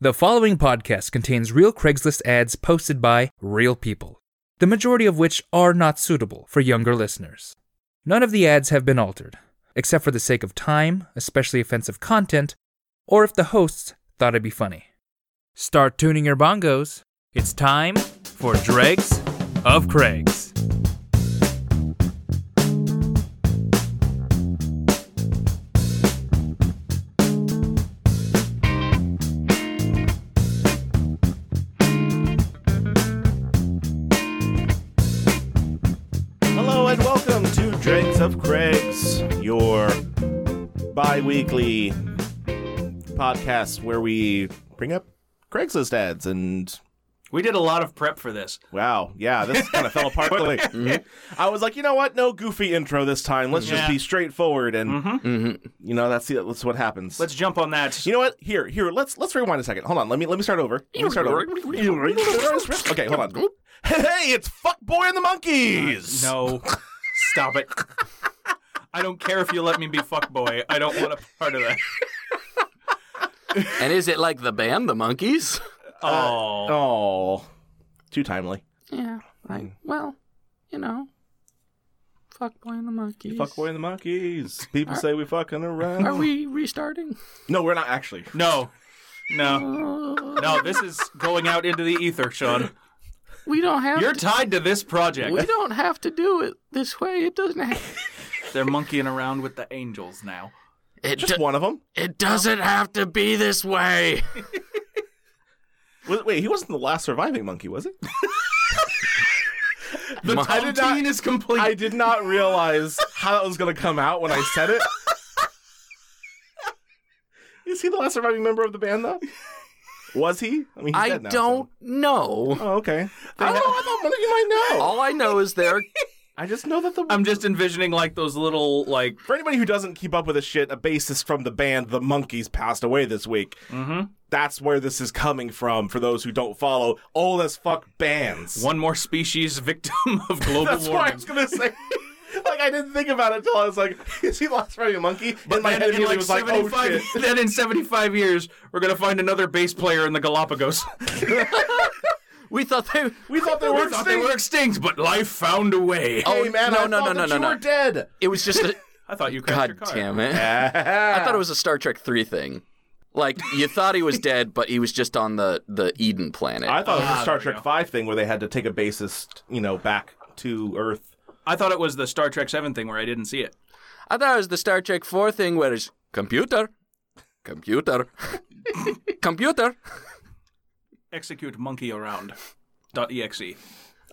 The following podcast contains real Craigslist ads posted by real people, the majority of which are not suitable for younger listeners. None of the ads have been altered, except for the sake of time, especially offensive content, or if the hosts thought it'd be funny. Start tuning your bongos. It's time for Dregs of Craigs. Hello and welcome to Dregs of Craigs, your bi weekly podcast where we bring up Craigslist ads. And We did a lot of prep for this. wow, yeah, this kind of fell apart. quickly. I was like, you know what? No goofy intro this time. Let's just Mm-hmm. Yeah. Mm-hmm. be straightforward. And, mm-hmm. you know, that's, the, that's what happens. Let's jump on that. You know what? Here, here. Let's let's rewind a second. Hold on. Let me let me start over. Let me start over. Okay, hold on. Hey, it's Fuckboy and the Monkeys. Uh, no, stop it. I don't care if you let me be fuckboy. I don't want a part of that. And is it like the band, the monkeys? Uh, Oh, Oh, too timely. Yeah. Like, well, you know, fuck boy and the monkeys. Fuckboy and the Monkeys. People say we fucking around. Are we restarting? No, we're not actually. no, no, Uh, no. This is going out into the ether, Sean. we don't have. You're to, tied to this we project. don't have to do it this way. It doesn't. Have, They're monkeying around with the angels now. it Just do- one of them. it doesn't have to be this way. Wait, wait, he wasn't the last surviving monkey, was he? The Mon- I did not- tontine is complete. I did not realize how that was going to come out when I said it. Is he the last surviving member of the band, though? Was he? I mean, he's I dead now, don't so- know. Oh, okay. I don't know. I thought one of you might know. All I know is there. I just know that the. I'm just envisioning like those little like. For anybody who doesn't keep up with this shit, a bassist from the band The Monkeys passed away this week. mhm. That's where this is coming from. For those who don't follow, old as fuck bands. One more species victim of global That's what I warming. was gonna say. Like I didn't think about it until I was like, "Is he lost riding a monkey?" But my Then head in, immediately was like, like "Oh 75 shit!" then in 75 years, we're going to find another bass player in the Galapagos. We thought they. We thought they we were thought they extinct. were extinct, but life found a way. Hey, Oh, man, no, I no, thought no, that no, you no, were no. dead. It was just. A, I thought you crashed God your car. damn it. I thought it was a Star Trek three thing. Like you thought he was dead, but he was just on the the Eden planet. I thought it was a Ah, Star there Trek you Five thing where they had to take a bassist, you know, back to Earth. I thought it was the Star Trek 7 thing where I didn't see it. I thought it was the Star Trek 4 thing where it's computer, computer, computer. Execute monkey around. Dot exe.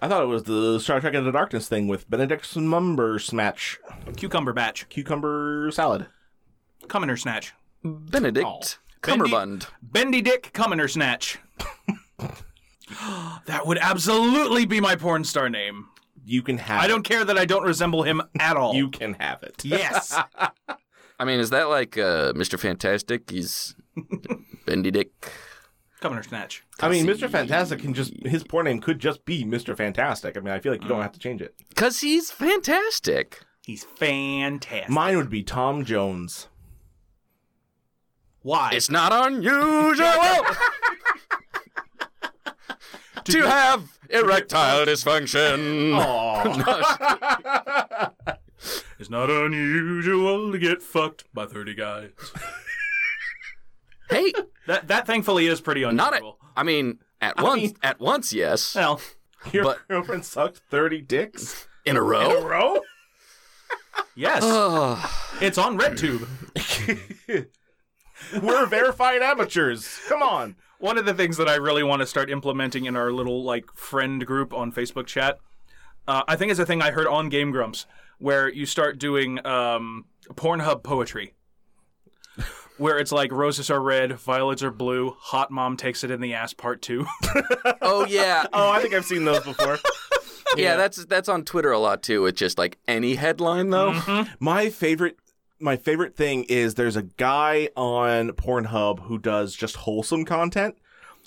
I thought it was the Star Trek Into Darkness thing with Benedict Cumberbatch, Cucumber batch. cucumber salad. Commoner snatch. Oh. Benedict Bendy- Cumberbund. Bendy dick commoner snatch. that would absolutely be my porn star name. You can have. I don't care that I don't resemble him at all. It. You can have it. Yes. I mean, is that like uh, Mr. Fantastic? He's Bendy Dick. commoner snatch. I mean, Mr. Fantastic can just his poor name could just be Mr. Fantastic. I mean, I feel like you don't have to change it. Because he's fantastic. He's fantastic. Mine would be Tom Jones. Why? It's not unusual to have erectile dysfunction. Oh, It's not unusual to get fucked by 30 guys. Hey, That, that thankfully is pretty unusual. not at, I mean, at once, mean- at once, yes. Well, your But- girlfriend sucked thirty dicks In a row? in a row. yes. Ugh. it's on RedTube. We're verified amateurs. Come on. One of the things that I really want to start implementing in our little like friend group on Facebook chat, uh, I think is a thing I heard on Game Grumps, where you start doing um, Pornhub poetry, where it's like roses are red, violets are blue, hot mom takes it in the ass part two. Oh, yeah. Oh, I think I've seen those before. Yeah, that's that's on Twitter a lot too. With just like any headline though. My favorite my favorite thing is there's a guy on Pornhub who does just wholesome content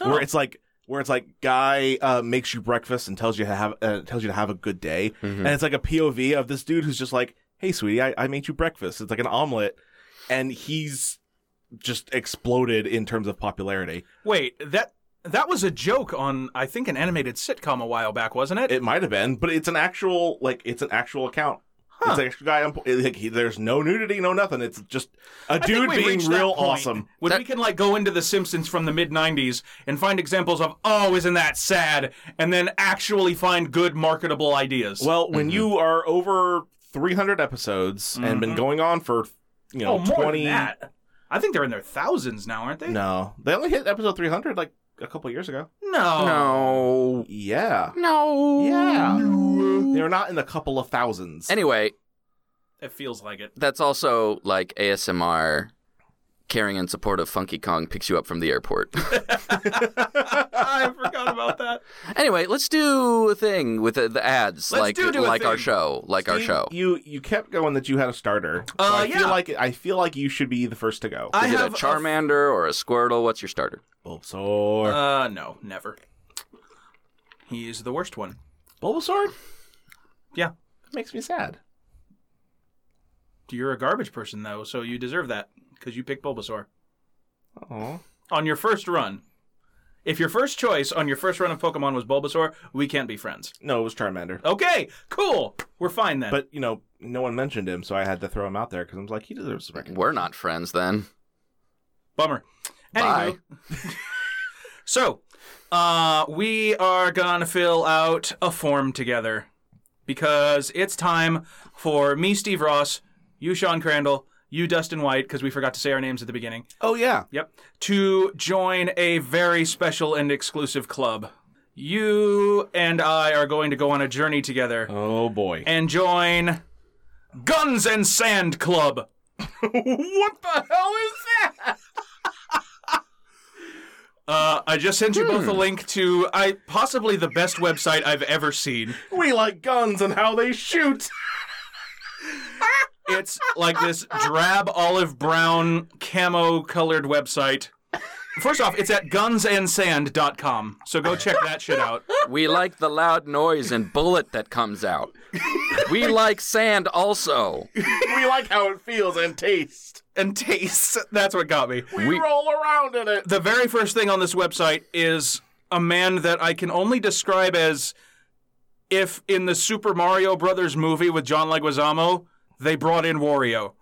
where it's like where it's like guy uh, makes you breakfast and tells you to have uh, tells you to have a good day Mm-hmm. Hmm. and it's like a POV of this dude who's just like hey sweetie I, I made you breakfast it's like an omelet and he's just exploded in terms of popularity. Wait, that that was a joke on I think an animated sitcom a while back, wasn't it? It might have been, but it's an actual like it's an actual account. Huh. It's an actual guy. On, like, he, there's no nudity, no nothing. It's just a I think dude we being reached that real point awesome. When That- we can like go into The Simpsons from the mid '90s and find examples of oh, isn't that sad? And then actually find good marketable ideas. Well, when you are over 300 episodes and been going on for you know Mm-hmm. oh, more 20 than that. I think they're in their thousands now, aren't they? No, they only hit episode 300 like a couple years ago. No. Mm-hmm. No. Yeah. No. Yeah. They're not in a couple of thousands. Anyway, It feels like it. that's also like ASMR. Caring and supportive Funky Kong picks you up from the airport. I forgot about that. anyway, let's do a thing with uh, the, the ads, Let's like do do a like our thing. show, like our Steve, show. You you kept going that you had a starter. So Uh, I yeah. feel like I feel like you should be the first to go. I Is it a have a- Charmander or a Squirtle? What's your starter? Bulbasaur. Uh, no, never. He is the worst one. Bulbasaur Yeah, makes me sad. you're a garbage person though, so you deserve that because you picked Bulbasaur Oh. on your first run. If your first choice on your first run of Pokemon was Bulbasaur, we can't be friends. No, it was Charmander. Okay, cool. We're fine then. But you know, no one mentioned him, so I had to throw him out there because I was like, he deserves some recognition. We're not friends then. Bummer. Bye. Anywho. so, uh, we are gonna fill out a form together because it's time for me, Steve Ross, you, Sean Crandall, you, Dustin White, because we forgot to say our names at the beginning. Oh yeah. Yep. To join a very special and exclusive club. You and I are going to go on a journey together Oh boy. and join Guns and Sand Club. what the hell is that? Uh, I just sent you both a link to I possibly the best website I've ever seen. We like guns and how they shoot. It's like this drab olive brown camo colored website. First off, it's at gunsandsand.com. So go check that shit out. We like the loud noise and bullet that comes out. We like sand also. we like how it feels and tastes. And taste. That's what got me. We, We- roll around in it. the very first thing on this website is a man that I can only describe as if in the Super Mario Brothers movie with John Leguizamo, they brought in Wario.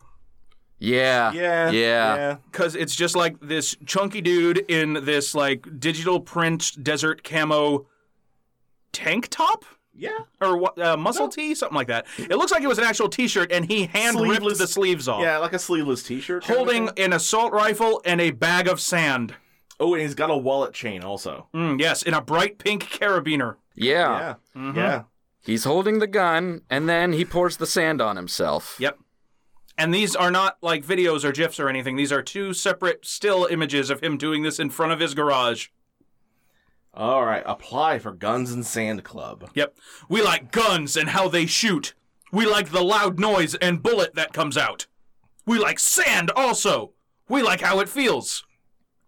Yeah. Yeah. Yeah. Cause it's just like this chunky dude in this like digital print desert camo tank top Yeah. or what uh, muscle tee something like that. It looks like it was an actual T-shirt, and he hand ripped Sleeveless- the sleeves off, Yeah, like a sleeveless t-shirt. kind of Oh. holding thing. an assault rifle and a bag of sand. Oh, and he's got a wallet chain also. Mm, yes, in a bright pink carabiner. Yeah. Yeah. Mm-hmm. Yeah. He's holding the gun and then he pours the sand on himself. Yep. And these are not like videos or GIFs or anything. These are two separate still images of him doing this in front of his garage. All right, apply for Guns and Sand Club. Yep. We like guns and how they shoot. We like the loud noise and bullet that comes out. We like sand also. We like how it feels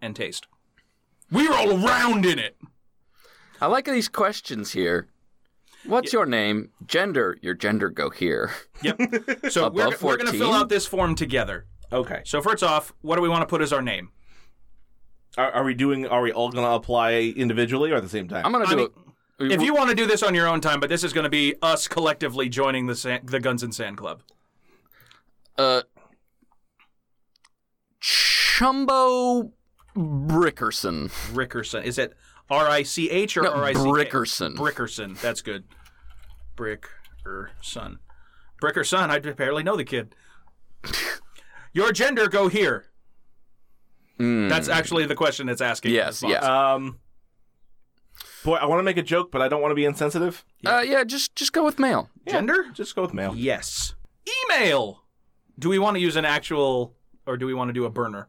and taste. We roll around in it. I like these questions here. What's your name? Gender. Your gender go here. Yep. So we're, Above we're going to fill 14? out this form together. Okay. So first off, what do we want to put as our name? Are, are we doing? Are we all gonna apply individually or at the same time? I'm gonna I do mean, it. If you want to do this on your own time, but this is going to be us collectively joining the sand, the Guns and Sand Club. uh Chumbo Brickerson. Rickerson. Is it R I C H or No, R I C K? Brickerson. Brickerson. That's good. Brickerson. Brickerson. I barely know the kid. Your gender go here. Mm. That's actually the question it's asking. Yes, Response. yeah. Um. Boy, I want to make a joke, but I don't want to be insensitive. Uh, yeah, just just go with male. Yeah, Uh, Gender? Just go with male. Yes. Email. Do we want to use an actual or do we want to do a burner?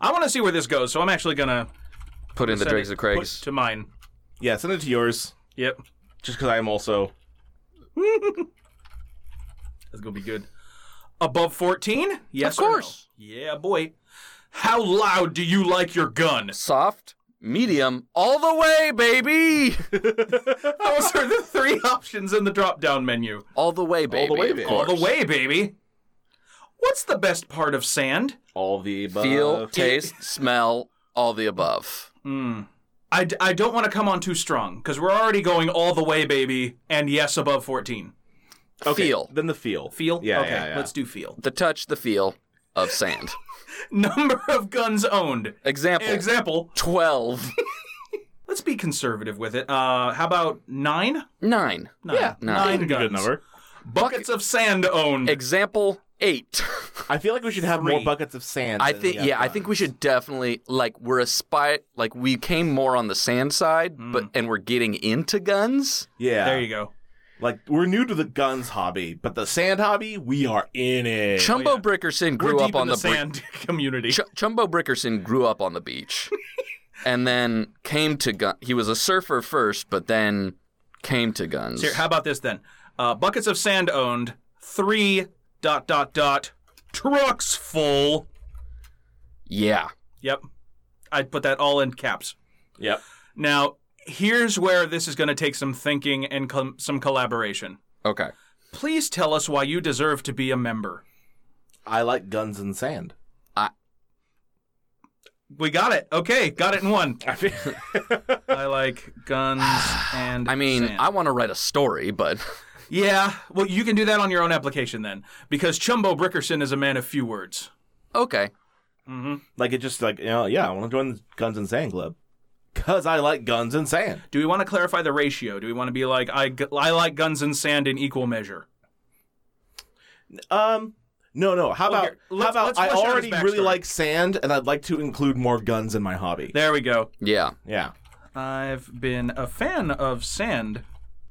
I want to see where this goes, so I'm actually going to Put in the Dregs and put Craigs. to mine. Yeah, send it to yours. Yep. Just because I am also. That's gonna be good. Above fourteen? Yes, or Of no? course. Yeah, boy. How loud do you like your gun? Soft, medium, all the way, baby. Those are the three options in the drop-down menu. All the way, baby. way, of baby. course. All the way, baby. What's the best part of sand? All the above. Feel, taste, smell, all the above. I, d- I don't want to come on too strong because we're already going all the way, baby. And yes, above 14. Okay, Feel. Then the feel. Feel? Yeah, okay, yeah, yeah. let's do feel. The touch, the feel of sand. Number of guns owned. Example. Example, 12. let's be conservative with it. Uh, how about nine? 9. Nine. Yeah, nine. nine guns. Good number. Buckets of sand owned. Example 8. I feel like we should have more Three. buckets of sand. I than think we yeah, have I think we should definitely like we're aspire like we came more on the sand side, Mm. but and we're getting into guns. Yeah. there you go. Like we're new to the guns hobby, but the sand hobby, we are in it. Chumbo Brickerson oh, We're grew deep up on in the, bri- sand community. Ch- Chumbo Brickerson grew up on the beach and then came to gun. He was a surfer first, but then came to guns. Here, how about this then? Uh, buckets of sand owned. Three dot dot dot trucks full. yeah. Yep, I'd put that all in caps. Yep. Now, here's where this is going to take some thinking and com- some collaboration. Okay. Please tell us why you deserve to be a member. I like guns and sand. We got it. Okay, got it in one. I like guns and. I mean, sand. I want to write a story, but yeah. Well, you can do that on your own application then, because Chumbo Brickerson is a man of few words. okay. Like it just like you know, yeah, I want to join the guns and sand club because I like guns and sand. Do we want to clarify the ratio? Do we want to be like I, gu- I like guns and sand in equal measure? Um, no, no. How about Okay, let's- how about let's I flesh out his already backstory. really like sand, and I'd like to include more guns in my hobby. There we go. Yeah. Yeah. I've been a fan of sand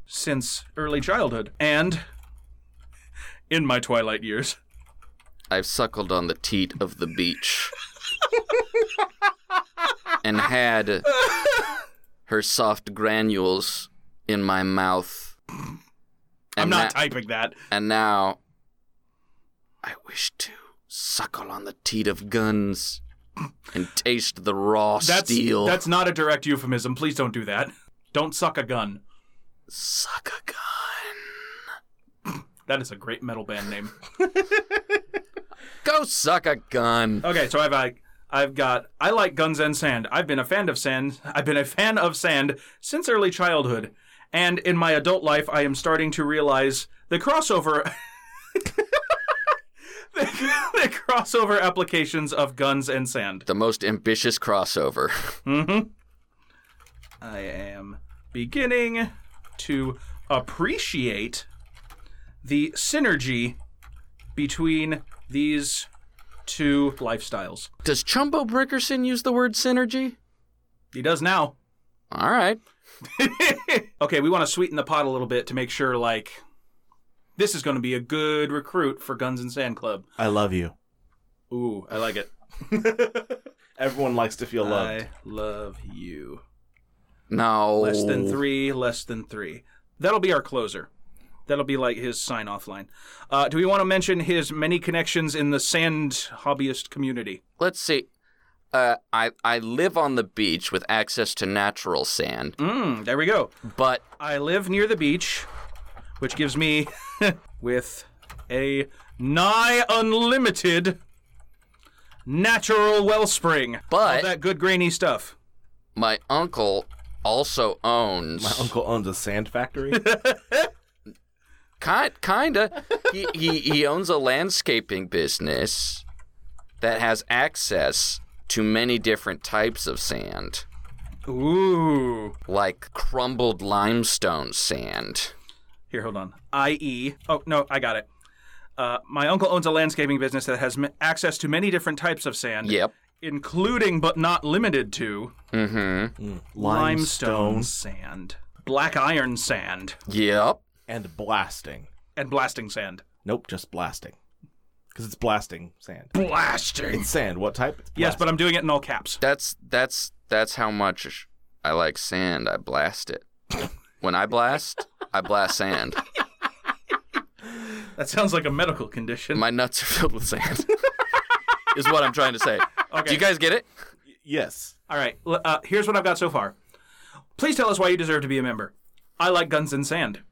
since early childhood and in my twilight years. I've suckled on the teat of the beach and had her soft granules in my mouth. I'm And not na- typing that. And now I wish to suckle on the teat of guns and taste the raw That's steel. that's not a direct euphemism. Please don't do that. Don't suck a gun. Suck a gun. That is a great metal band name. Go suck a gun. Okay, so I've I, I've got I like guns and sand. I've been a fan of sand. I've been a fan of sand since early childhood, and in my adult life, I am starting to realize the crossover. the, the crossover applications of guns and sand. Mm-hmm. The most ambitious crossover. I am beginning to appreciate the synergy between these two lifestyles. Does Chumbo Brickerson use the word synergy? He does now. All right. okay, we want to sweeten the pot a little bit to make sure, like, this is going to be a good recruit for Guns and Sand Club. I love you. Ooh, I like it. Everyone likes to feel loved. I love you. No. Less than three, less than three. That'll be our closer. That'll be like his sign off line. Uh, do we want to mention his many connections in the sand hobbyist community? Let's see. Uh, I I live on the beach with access to natural sand, Mm, there we go. but I live near the beach, which gives me, with a nigh unlimited natural wellspring. but All that good grainy stuff. my uncle also owns My uncle owns a sand factory. Kind, kinda. he, he he owns a landscaping business that has access to many different types of sand, Ooh. like crumbled limestone sand. Here, hold on. I.E. Oh, no, I got it. Uh, my uncle owns a landscaping business that has m- access to many different types of sand, Yep. including but not limited to Mm-hmm. limestone sand, black iron sand, Yep. and blasting. and blasting sand. Nope, just blasting. Because it's blasting sand. Blasting. It's sand. What type? It's Yes, blasting. but I'm doing it in all caps. That's that's that's how much I like sand. I blast it. When I blast, I blast sand. That sounds like a medical condition. My nuts are filled with sand. is what I'm trying to say. Do Okay. you guys get it? yes. All right. l- Uh, here's what I've got so far. Please tell us why you deserve to be a member. I like guns and sand.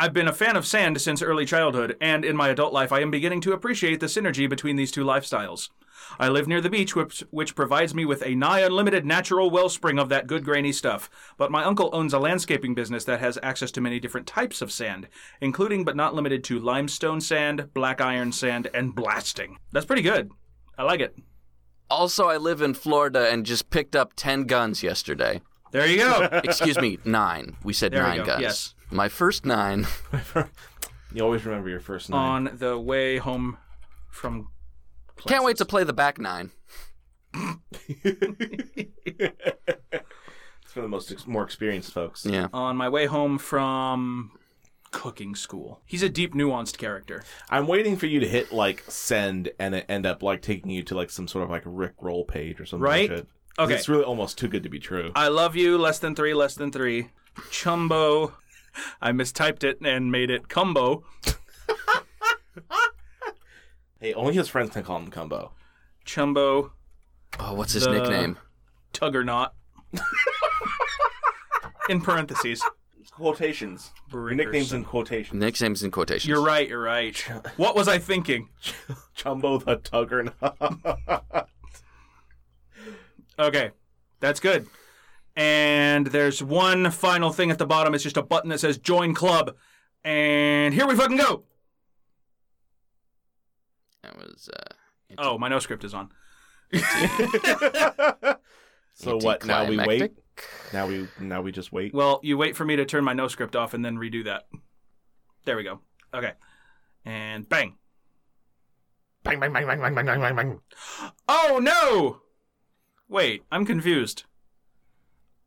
I've been a fan of sand since early childhood, and in my adult life, I am beginning to appreciate the synergy between these two lifestyles. I live near the beach, which, which provides me with a nigh unlimited natural wellspring of that good grainy stuff. But my uncle owns a landscaping business that has access to many different types of sand, including but not limited to limestone sand, black iron sand, and blasting. That's pretty good. I like it. Also, I live in Florida and just picked up 10 guns yesterday. There you go. Excuse me, nine. We said There we nine go, guns. yes. My first nine. You always remember your first name. On the way home from. Can't wait to play the back nine. It's for the most ex- more experienced folks. Yeah. On my way home from cooking school. He's a deep, nuanced character. I'm waiting for you to hit like send and it end up like taking you to like some sort of like Rick roll page or something. Right? Like that. 'Cause Okay. It's really almost too good to be true. I love you, less than three, less than three. Chumbo. I mistyped it and made it Cumbo. Hey, only his friends can call him Combo. Chumbo Oh, what's his The- nickname? Tuggernot. in parentheses. Quotations. Your nickname's in quotations. Nickname's in quotations. You're right, you're right. What was I thinking? Chumbo the Tugger. Okay, that's good. And there's one final thing at the bottom. It's just a button that says join club. And here we fucking go. That was. Uh, Oh, my no script is on. so what? Now we wait. Anticlimactic? Now we now we just wait. Well, you wait for me to turn my no script off and then redo that. There we go. Okay. And bang. Bang, bang, bang, bang, bang, bang, bang, bang, bang. Oh no! Wait, I'm confused.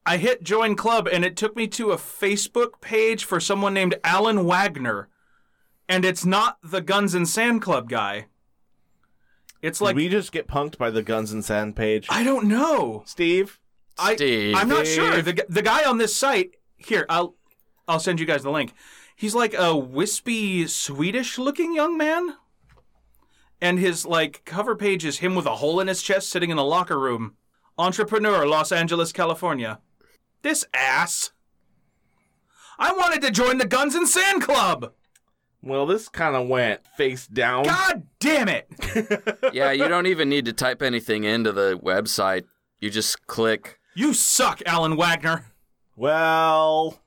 I hit join club and it took me to a Facebook page for someone named Alan Wagner. And it's not the Guns and Sand Club guy. It's like Did we just get punked by the Guns and Sand page? I don't know. Steve. I, Steve. I'm not sure. The, gu- the guy on this site here, I'll I'll send you guys the link. He's like a wispy Swedish-looking young man, and his like cover page is him with a hole in his chest sitting in a locker room. Entrepreneur, Los Angeles, California. This ass. I wanted to join the Guns and Sand Club. Well, this kind of went face down. God damn it! yeah, you don't even need to type anything into the website. You just click. You suck, Alan Wagner. Well,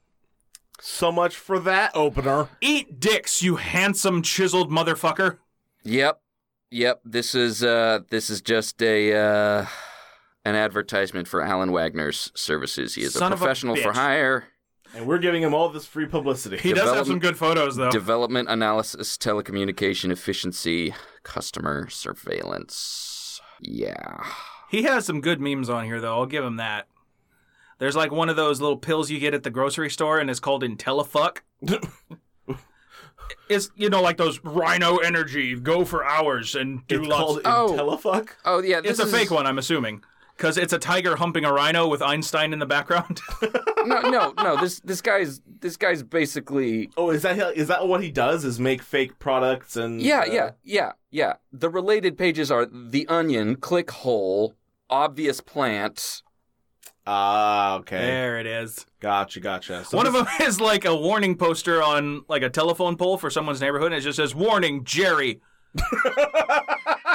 so much for that opener. Eat dicks, you handsome, chiseled motherfucker. Yep, yep. This is uh, this is just a uh, an advertisement for Alan Wagner's services. He is Son a of a professional for bitch. hire, And we're giving him all this free publicity. He does have Development- some good photos though. development analysis, telecommunication efficiency, customer surveillance. Yeah. He has some good memes on here, though. I'll give him that. There's like one of those little pills you get at the grocery store, and it's called Intellifuck. it's you know like those Rhino Energy, go for hours and do It's lots. called Oh. Intellifuck. Oh yeah, this it's a is- fake one, I'm assuming, because it's a tiger humping a rhino with Einstein in the background. No, no, no. This this guy's this guy's basically. Oh, is that is that what he does? Is make fake products Mm, and Yeah, uh, yeah, yeah, yeah. The related pages are the Onion, Clickhole, Obvious Plant. Ah, okay, there it is. gotcha, gotcha. So one this- of them is like a warning poster on like a telephone pole for someone's neighborhood, and it just says "Warning, Jerry."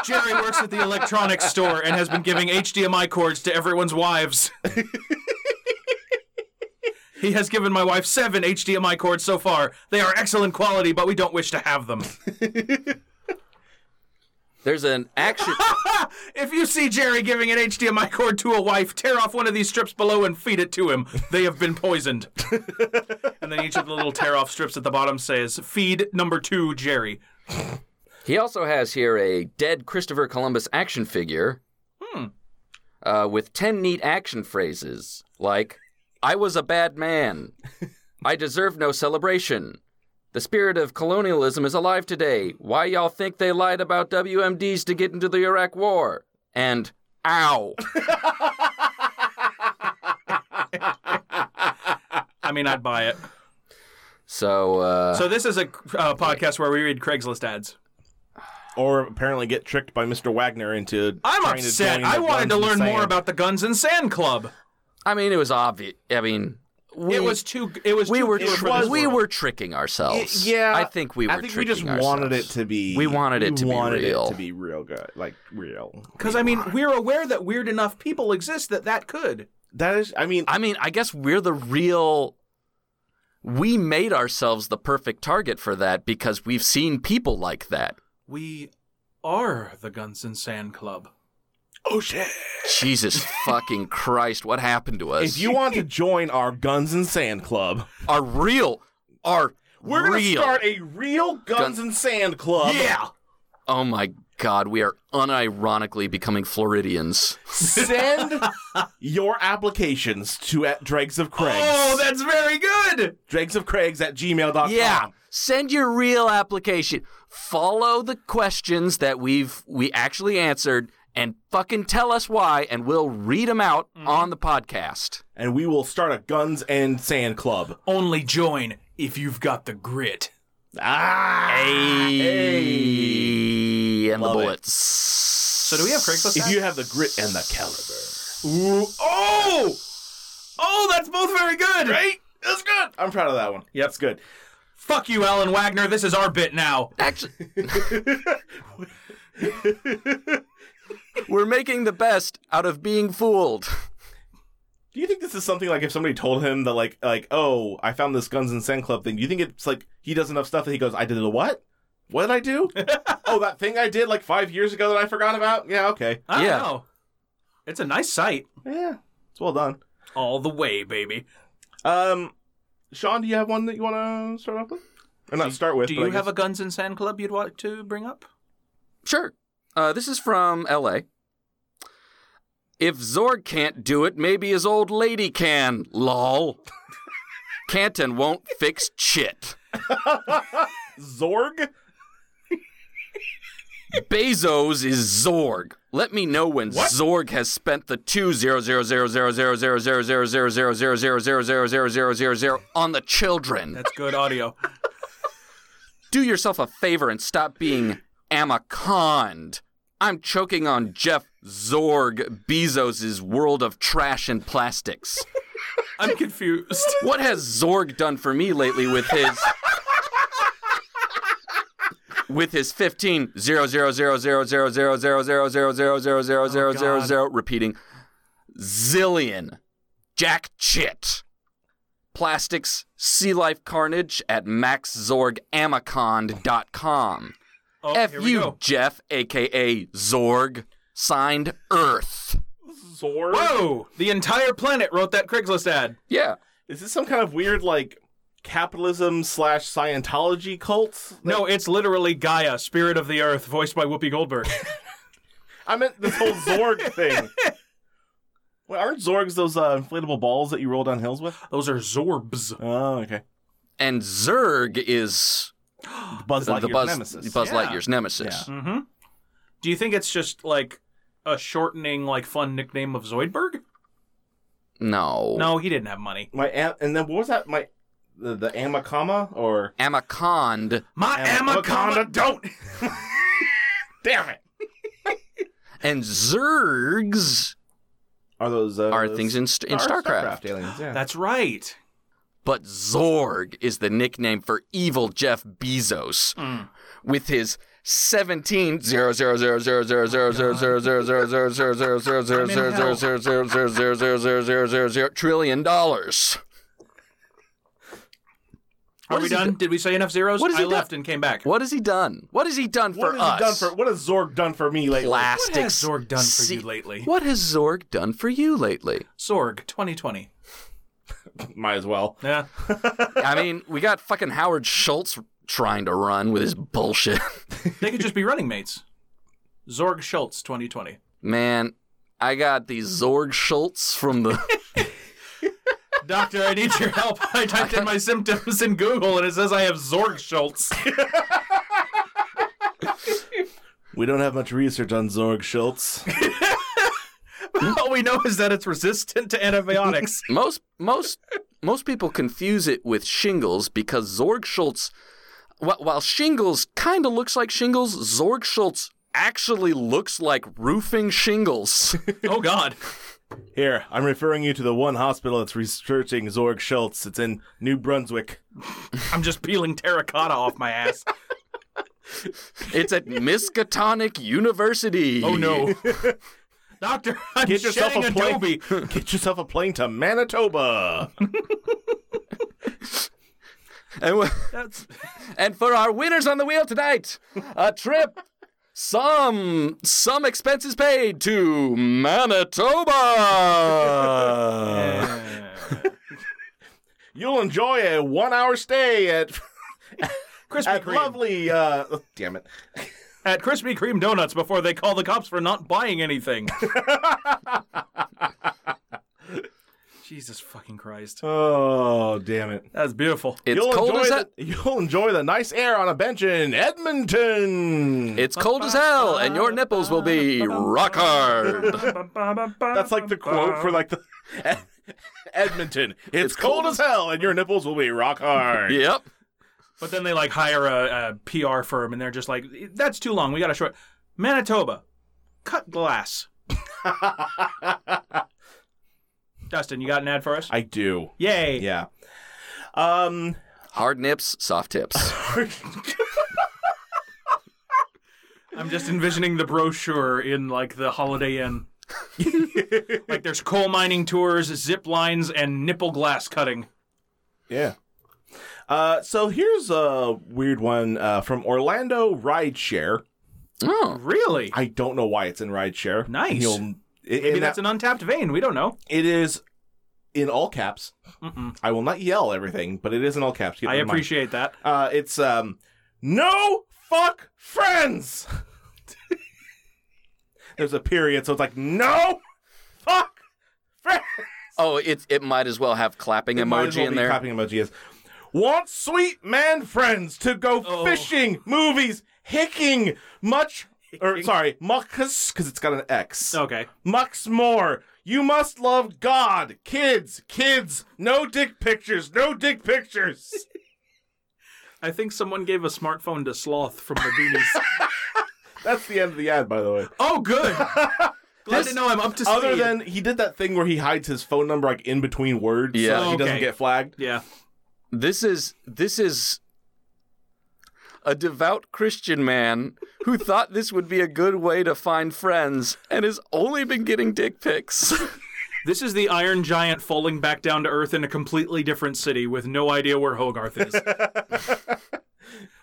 Jerry works at the electronics store and has been giving HDMI cords to everyone's wives. he has given my wife seven HDMI cords so far. They are excellent quality, but we don't wish to have them. There's an action. If you see Jerry giving an HDMI cord to a wife, tear off one of these strips below and feed it to him. They have been poisoned. and then each of the little tear off strips at the bottom says, Feed number two, Jerry. He also has here a dead Christopher Columbus action figure Hmm. uh, with 10 neat action phrases like, I was a bad man. I deserve no celebration. The spirit of colonialism is alive today. Why y'all think they lied about WMDs to get into the Iraq War? And ow. I mean, I'd buy it. So, uh, So, this is a uh, podcast where we read Craigslist ads. or apparently get tricked by Mr. Wagner into. I'm trying upset. To join I the wanted to Guns and learn more Sand. about the Guns and Sand Club. I mean, it was obvious. I mean, we, it was too. It was. we too were good for tri- this we world. were tricking ourselves. Y- yeah, I think we were. I think we tricking just wanted it ourselves. to be. We wanted it we to be wanted real. It to be real good, like real. Because I mean, we're aware that weird enough people exist that that could. That is, I mean, I mean, I guess we're the real. We made ourselves the perfect target for that because we've seen people like that. We are the Guns and Sand Club. oh shit. Jesus fucking Christ! What happened to us? If you want to join our Guns and Sand Club, are real, are we're gonna real. start a real Guns Gun- and Sand Club. Yeah. Oh my God, we are unironically becoming Floridians. Send your applications to at dregs of Craigs. Oh, that's very good. dregs of Craigs at gmail.com. Yeah, send your real application. Follow the questions that we've we actually answered, and fucking tell us why, and we'll read them out Mm-hmm. on the podcast. And we will start a Guns and Sand Club. Only join if you've got the grit. Ah! Hey, and Love the it. bullets. So So do we have Craigslist? If ads? you have the grit and the caliber. Ooh. Oh. Oh, that's both very good. Right? That's good. I'm proud of that one. Yeah, That's good. Fuck you, Alan Wagner. This is our bit now. Actually, we're making the best out of being fooled. Do you think this is something like if somebody told him that like like oh I found this Guns and Sand Club thing? Do you think it's like he does enough stuff that he goes I did a what? What did I do? oh, that thing I did like five years ago that I forgot about. Yeah, okay. I don't Yeah. know. It's a nice sight. Yeah, it's well done. All the way, baby. Um, Sean, do you have one that you want to start off with? Or not start with? Do but you I have guess- a Guns and Sand Club you'd want to bring up? Sure. Uh, this is from L.A. If Zorg can't do it, maybe his old lady can. Lol. Canton won't fix shit. Zorg? Bezos is Zorg. Let me know when Zorg has spent the two zero zero zero zero zero zero zero zero zero zero zero zero zero zero zero zero zero zero on the children. That's good audio. Do yourself a favor and stop being amacond. I'm choking on Jeff Zorg Bezos' world of trash and plastics. I'm confused. What has Zorg done for me lately with his with his fifteen zero zero zero zero zero zero zero zero zero zero zero zero Oh, zero zero zero repeating zillion jack chit plastics sea life carnage at maxzorgamacond.com Oh, f here we you go. jeff aka zorg signed earth Zorg? Whoa! The entire planet wrote that Craigslist ad. yeah Is this some kind of weird like capitalism slash Scientology cult? No, it's literally Gaia, Spirit of the Earth, voiced by Whoopi Goldberg. I meant this whole Zorg thing. Well, aren't Zorgs those uh, inflatable balls that you roll down hills with? Those are Zorbs. Oh, okay. and zerg is Buzz the, Lightyear's the Buzz, nemesis. Buzz Yeah. Lightyear's nemesis. Mm-hmm. Do you think it's just like a shortening, like fun nickname of Zoidberg? No. No, he didn't have money. My am- and then what was that? My the, the Amakama or Amacond. My Anaconda anaconda don't. damn it, And Zergs are those uh, are things in, in Star- StarCraft. aliens? Yeah. That's right. But Zorg is the nickname for evil Jeff Bezos Hmm. with his 17 zero zero zero zero zero zero zero zero zero zero zero zero zero zero zero zero zero zero zero zero zero zero zero zero zero trillion dollars. Are we has he done? do- Did we say enough zeros? What has I he done? left and came back. What has he done? What has he done what for has he done us? for what has Zorg done for me lately? Plastics. What has Zorg done for sea- you lately? What has Zorg done for you lately? Zorg 2020. Might as well. Yeah. I mean, we got fucking Howard Schultz trying to run with his bullshit. they could just be running mates. Zorg Schultz 2020. Man, I got these Zorg Schultz from the. Doctor, I need your help. I typed in my symptoms in Google and it says I have Zorg Schultz. We don't have much research on Zorg Schultz. Hmm? All we know is that it's resistant to antibiotics. most most most people confuse it with shingles because Zorg Schultz, while, while shingles kind of looks like shingles, Zorg Schultz actually looks like roofing shingles. oh God. Here, I'm referring you to the one hospital that's researching Zorg Schultz. It's in New Brunswick. I'm just peeling terracotta off my ass. It's at Miskatonic University. Oh no, doctor! I'm Get yourself shedding a Adobe. plane. Get yourself a plane to Manitoba. And, we- That's and for our winners on the wheel tonight, a trip, some some expenses paid to Manitoba. You'll enjoy a one-hour stay at Krispy at Kreme. lovely. Uh, oh, damn it. At Krispy Kreme donuts before they call the cops for not buying anything. Jesus fucking Christ! Oh, damn it. That's beautiful. It's you'll cold enjoy as the, hell. You'll enjoy the nice air on a bench in Edmonton. It's cold as hell, and your nipples will be rock hard. That's like the quote for like the Edmonton. It's, cold, as hell, and your nipples will be rock hard. Yep. But then they like hire a, a PR firm, and they're just like, "That's too long. We got to short." Manitoba, cut glass. Dustin, you got an ad for us? I do. Yay! Yeah. Um. Hard nips, soft tips. I'm just envisioning the brochure in like the Holiday Inn. like there's coal mining tours, zip lines, and nipple glass cutting. Yeah. Uh, so here's a weird one uh, from Orlando Rideshare. Oh, Really? I don't know why it's in Rideshare. Nice. You'll, it, Maybe that's an untapped vein. We don't know. it is in all caps. Mm-mm. I will not yell everything, but it is in all caps. Keep I that in mind. appreciate that. Uh, it's um, no fuck friends. There's a period, so it's like no fuck friends. oh, it it might as well have clapping It might as emoji well in be there. Clapping emoji is. Want sweet man friends to go Oh. fishing, movies, hicking, much or sorry, muckus because it's got an X. Okay. Mucks more. You must love God, kids, kids. No dick pictures, no dick pictures. I think someone gave a smartphone to Sloth from the Beanies. That's the end of the ad, by the way. oh, good. Glad to know I'm up to speed. Other than he did that thing where he hides his phone number like in between words, Yeah. so that he Oh, doesn't okay. get flagged. yeah, This is this is a devout Christian man who thought this would be a good way to find friends and has only been getting dick pics. this is the Iron Giant falling back down to Earth in a completely different city with no idea where Hogarth is.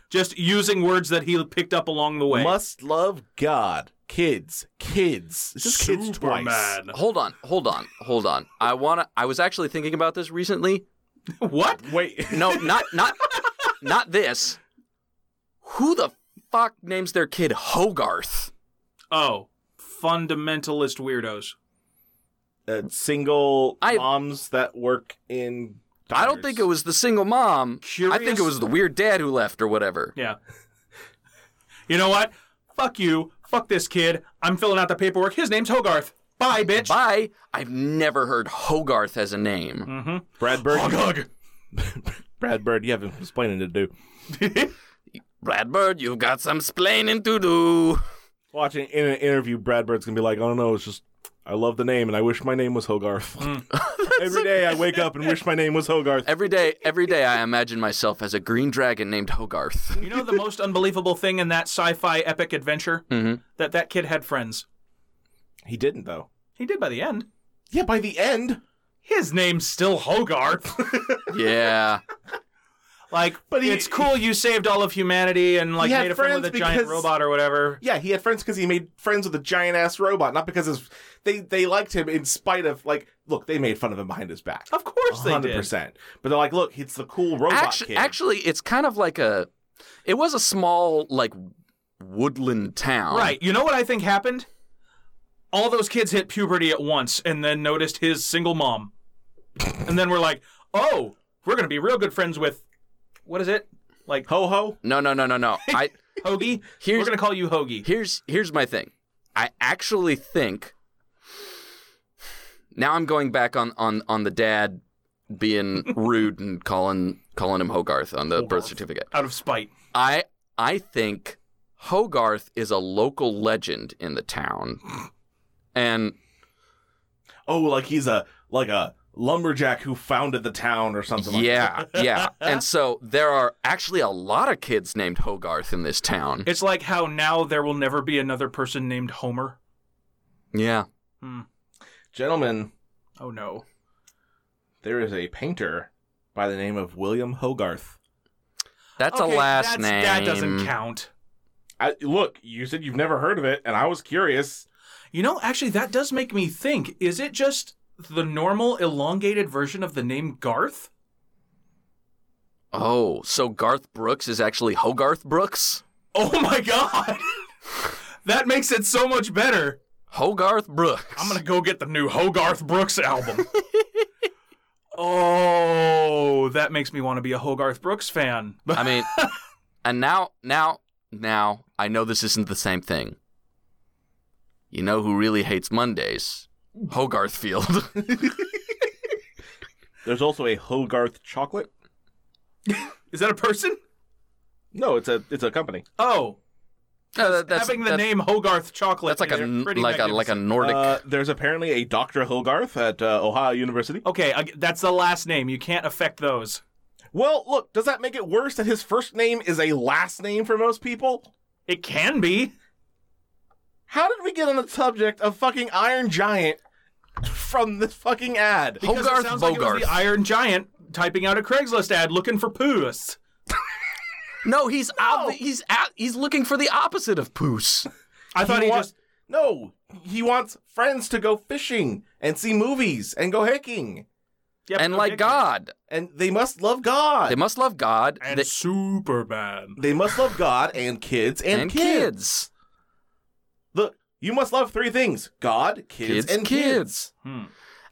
Just using words that he picked up along the way. Must love God, kids, kids, It's just kids twice. Superman. hold on, hold on, hold on. I wanna I was actually thinking about this recently. What? Wait, No, not not not this. Who the fuck names their kid Hogarth? Oh, fundamentalist weirdos. uh, single I- moms that work in. I don't think it was the single mom. I think Curious? it was the weird dad who left or whatever. Yeah. You know what? Fuck you. Fuck this kid. I'm filling out the paperwork. His name's Hogarth. Bye, bitch. Bye. I've never heard Hogarth as a name. Brad Bird. Hogug. Brad Bird, you have him explaining to do. Bradbird, you've got some splaining to do. Watching in an interview, Brad Bird's gonna be like, "Oh no, it's just I love the name, and I wish my name was Hogarth. Every day I wake up and wish my name was Hogarth." Every day, every day, I imagine myself as a green dragon named Hogarth. You know the most unbelievable thing in that sci-fi epic adventure? Mhm. That that kid had friends. He didn't though. He did by the end. Yeah, by the end, His name's still Hogarth. Yeah, like, But but he- it's cool you saved all of humanity and like He had made a friend with a friends giant because- robot or whatever. Yeah, he had friends because he made friends with a giant ass robot, not because his, they they liked him in spite of like look they made fun of him behind his back. Of course they did. percent. But they're like, look, it's the cool robot actually, kid. actually, it's kind of like a. It was a small like woodland town. Right. You know what I think happened? All those kids hit puberty at once and then noticed his single mom. and then we're like, oh, we're going to be real good friends with, what is it? Like ho ho. No, no, no, no, no. I Hoagie? Here's- we're going to call you Hoagie. here's here's my thing. I actually think. Now I'm going back on on on the dad being rude and calling calling him Hogarth on the birth certificate. Out of spite. I I think Hogarth is a local legend in the town, and oh, like he's a like a lumberjack who founded the town or something. like Yeah, yeah. And so there are actually a lot of kids named Hogarth in this town. It's like how now there will never be another person named Homer. Yeah. Gentlemen, Oh no. there is a painter by the name of William Hogarth. That's Okay, a last that's- name. That doesn't count. I, look, you said you've never heard of it, and I was curious. You know, actually, that does make me think. Is it just the normal elongated version of the name Garth? Oh, so Garth Brooks is actually Hogarth Brooks? Oh my god! that makes it so much better. Hogarth Brooks. I'm gonna go get the new Hogarth Brooks album. oh, that makes me want to be a Hogarth Brooks fan. I mean, and now, now, now, I know this isn't the same thing. You know who really hates Mondays? Hogarth Field. There's also a Hogarth chocolate. Is that a person? No, it's a it's a company. Oh, No, that- having the that's- name Hogarth Chocolate. That's like a is n- pretty like a like a magnificent. Nordic. Uh, there's apparently a Dr. Hogarth at uh, Ohio University. Okay, I, that's the last name. You can't affect those. Well, look, does that make it worse that his first name is a last name for most people? It can be. How did we get on the subject of fucking Iron Giant from this fucking ad? Because Hogarth it sounds like it was Bogarth. the Iron Giant typing out a Craigslist ad looking for poos. no, he's ob- he's out, he's looking for the opposite of poos. I thought he, wa- just No, he wants friends to go fishing and see movies and go hiking. Yep, and no like dick. God, And they must love God. they must love God and they- Superman. They must love God and kids and, and kids. kids. Look, you must love three things God, kids, Kids, and kids. kids.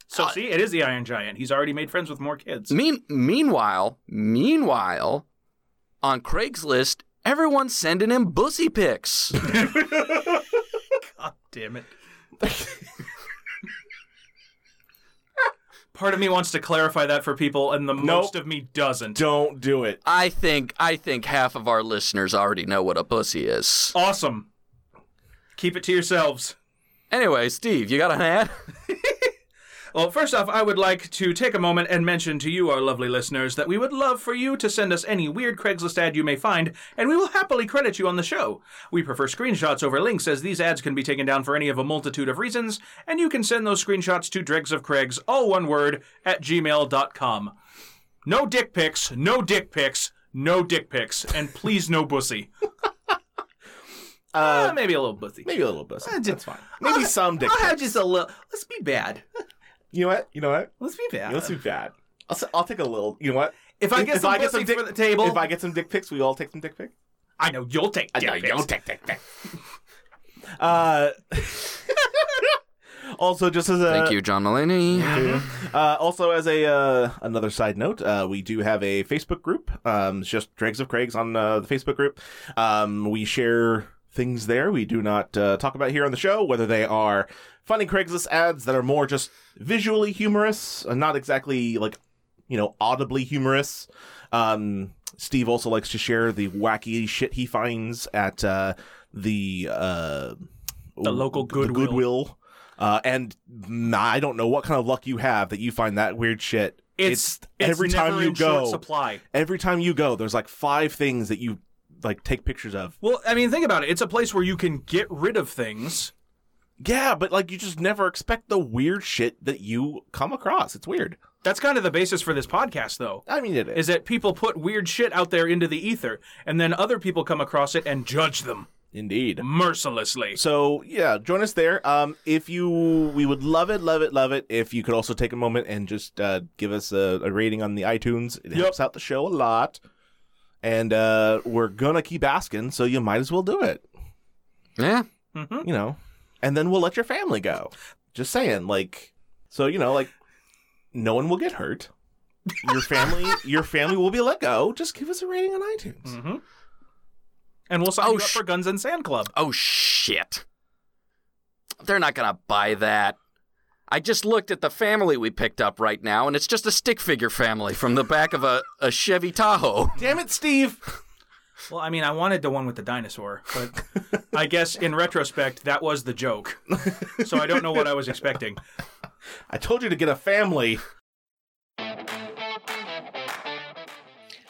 So see, it is the Iron Giant. He's already made friends with more kids. Mean, meanwhile, meanwhile, on Craigslist, everyone's sending him bussy pics. God damn it. Part of me wants to clarify that for people, and the most of me doesn't. Don't do it. I think I think half of our listeners already know what a pussy is. Awesome. Keep it to yourselves. Anyway, Steve, you got an ad? Well, first off, I would like to take a moment and mention to you, our lovely listeners, that we would love for you to send us any weird Craigslist ad you may find, and we will happily credit you on the show. We prefer screenshots over links, as these ads can be taken down for any of a multitude of reasons, and you can send those screenshots to dregsofcraigs, all one word, at gmail.com. No dick pics, no dick pics, no dick pics, and please no bussy. uh, maybe a little bussy. Maybe a little bit. That's fine. Maybe some dick. I'll have just a little. Let's be bad. You know what? You know what? Let's be bad. Let's be bad. I'll, s- I'll take a little. You know what? If I get some pussy for the table, if I get some dick pics, we all take some dick pics. I know you'll take dick pics. take dick pics. uh, also, just Uh, as a Thank you, John Mulaney. Uh, also, as a uh, another side note, uh, we do have a Facebook group. Um, it's just Dregs of Craigs on uh, the Facebook group. Um, we share things there we do not uh, talk about here on the show, whether they are funny Craigslist ads that are more just visually humorous, uh, not exactly like you know audibly humorous. Um, Steve also likes to share the wacky shit he finds at uh, the uh, The local the Goodwill. Goodwill. Uh, and mm, I don't know what kind of luck you have that you find that weird shit. It's, it's every never time in you short go. supply. Every time you go, there's like five things that you like take pictures of. Well, I mean, think about it. It's a place where you can get rid of things. Yeah, but like you just never expect the weird shit that you come across. It's weird. That's kind of the basis for this podcast, though. I mean, it is. Is that people put weird shit out there into the ether, and then other people come across it and judge them Indeed. mercilessly. So yeah, join us there. Um, if you, we would love it, love it, love it. If you could also take a moment and just uh, give us a, a rating on the iTunes, it helps out the show a lot. And uh, we're gonna keep asking, so you might as well do it. Yeah. Mm-hmm. You know, and then we'll let your family go. Just saying, like, so you know, like, no one will get hurt. Your family, your family will be let go. Just give us a rating on iTunes. Mm-hmm. And we'll sign Oh, you up sh- for Guns and Sand Club. Oh shit. They're not gonna buy that. I just looked at the family we picked up right now, and it's just a stick figure family from the back of a, a Chevy Tahoe. Damn it, Steve. Well, I mean, I wanted the one with the dinosaur, but I guess in retrospect, that was the joke. So I don't know what I was expecting. I told you to get a family.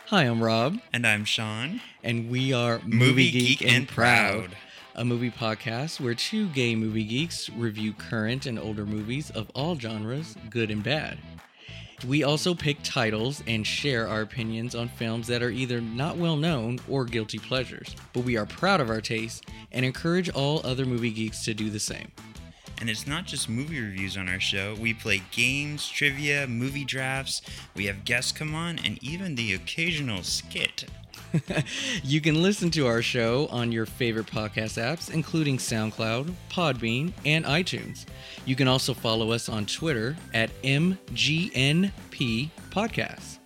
Hi, I'm Rob, And I'm Sean. and we are Movie, Geek, and Proud, a movie podcast where two gay movie geeks review current and older movies of all genres, good and bad. We also pick titles and share our opinions on films that are either not well known or guilty pleasures, but we are proud of our tastes and encourage all other movie geeks to do the same. And it's not just movie reviews on our show. We play games, trivia, movie drafts. We have guests come on, and even the occasional skit. you can listen to our show on your favorite podcast apps, including SoundCloud, Podbean, and iTunes. You can also follow us on Twitter at MGNP Podcasts.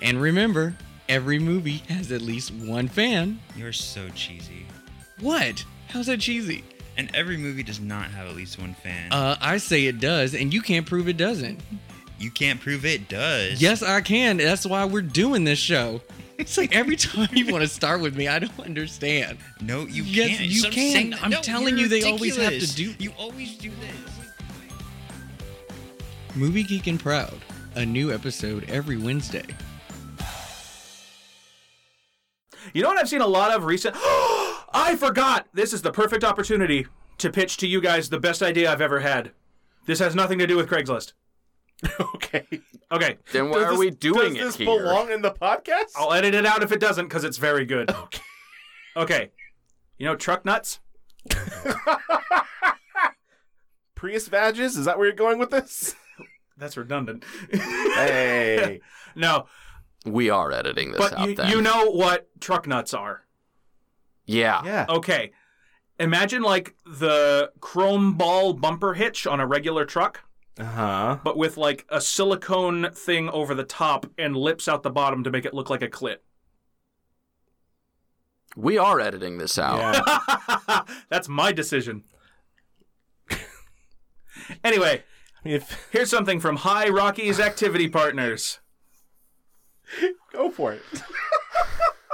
And remember, every movie has at least one fan. You're so cheesy. What? How's that cheesy? And every movie does not have at least one fan. Uh, I say it does, and you can't prove it doesn't. you can't prove it does. Yes, I can. That's why we're doing this show. It's like every time you want to start with me, I don't understand. No, you Yes, can't. you Stop can. saying that. I'm No, telling you're you, they always have to ridiculous. do- You always do this. Movie Geek and Proud, a new episode every Wednesday. You know what I've seen a lot of recent? I forgot. This is the perfect opportunity to pitch to you guys the best idea I've ever had. This has nothing to do with Craigslist. okay. Okay, Then why Does are this- we doing does this it here? belong in the podcast? I'll edit it out if it doesn't because it's very good. Okay. Okay. You know truck nuts? Prius Vages? Is that where you're going with this? That's redundant. Hey. no, We are editing this but out you, then. you know what truck nuts are. yeah. yeah. Okay. Imagine like the chrome ball bumper hitch on a regular truck, Uh huh. but with like a silicone thing over the top and lips out the bottom to make it look like a clit. We are editing this out. Yeah. That's my decision. anyway, If, here's something from High Rockies Activity Partners go for it.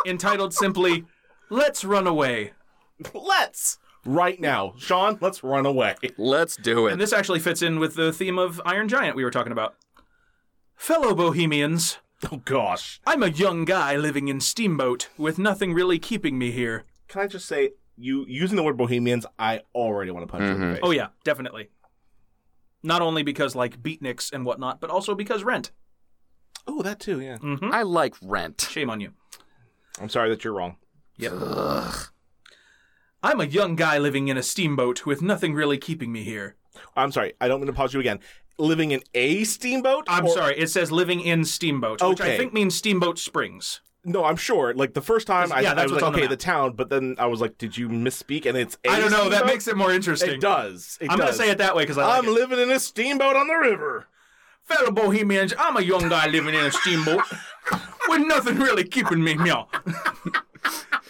entitled simply Let's Run Away. let's. Right now. Sean, let's run away. Let's do And it. this actually fits in with the theme of Iron Giant we were talking about. Fellow Bohemians, Oh, gosh. I'm a young guy living in Steamboat with nothing really keeping me here. Can I just say, you using the word bohemians, I already want to punch you in the face. Oh, yeah, definitely. Not only because, like, beatniks and whatnot, but also because rent. Mm-hmm. Oh, that too, yeah. I like rent. Shame on you. I'm sorry that you're wrong. I'm a young guy living in a steamboat with nothing really keeping me here. I'm sorry. I don't mean to pause you again. Living in a steamboat? I'm Or- sorry, it says living in Steamboat, which I Okay. think means Steamboat Springs. No, I'm sure. Like the first time, I, Yeah, I that's was what's like, on the okay, map. the town, but then I was like, did you misspeak? And it's I I don't know, that makes it more interesting. it does. It I'm does. gonna say it that way because I like I'm it. living in a steamboat on the river. fellow Bohemians, I'm a young guy living in a steamboat with nothing really keeping me here.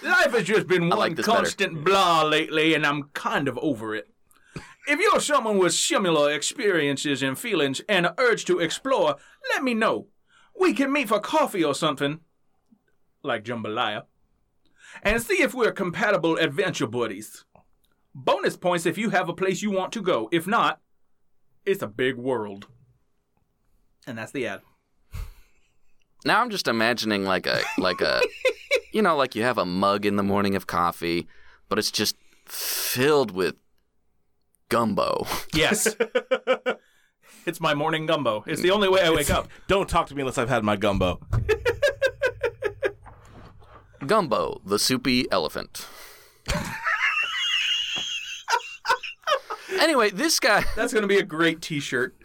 Life has just been one like this better. constant blah lately, and I'm kind of over it. If you're someone with similar experiences and feelings and an urge to explore, let me know. We can meet for coffee or something, like jambalaya, and see if we're compatible adventure buddies. Bonus points if you have a place you want to go. If not, it's a big world. And that's the ad. Now I'm just imagining like a like a you know like you have a mug in the morning of coffee, but it's just filled with gumbo. Yes. it's my morning gumbo. It's the only way I wake up. Don't talk to me unless I've had my gumbo. Gumbo, the soupy elephant. anyway, this guy That's going to be a great t shirt.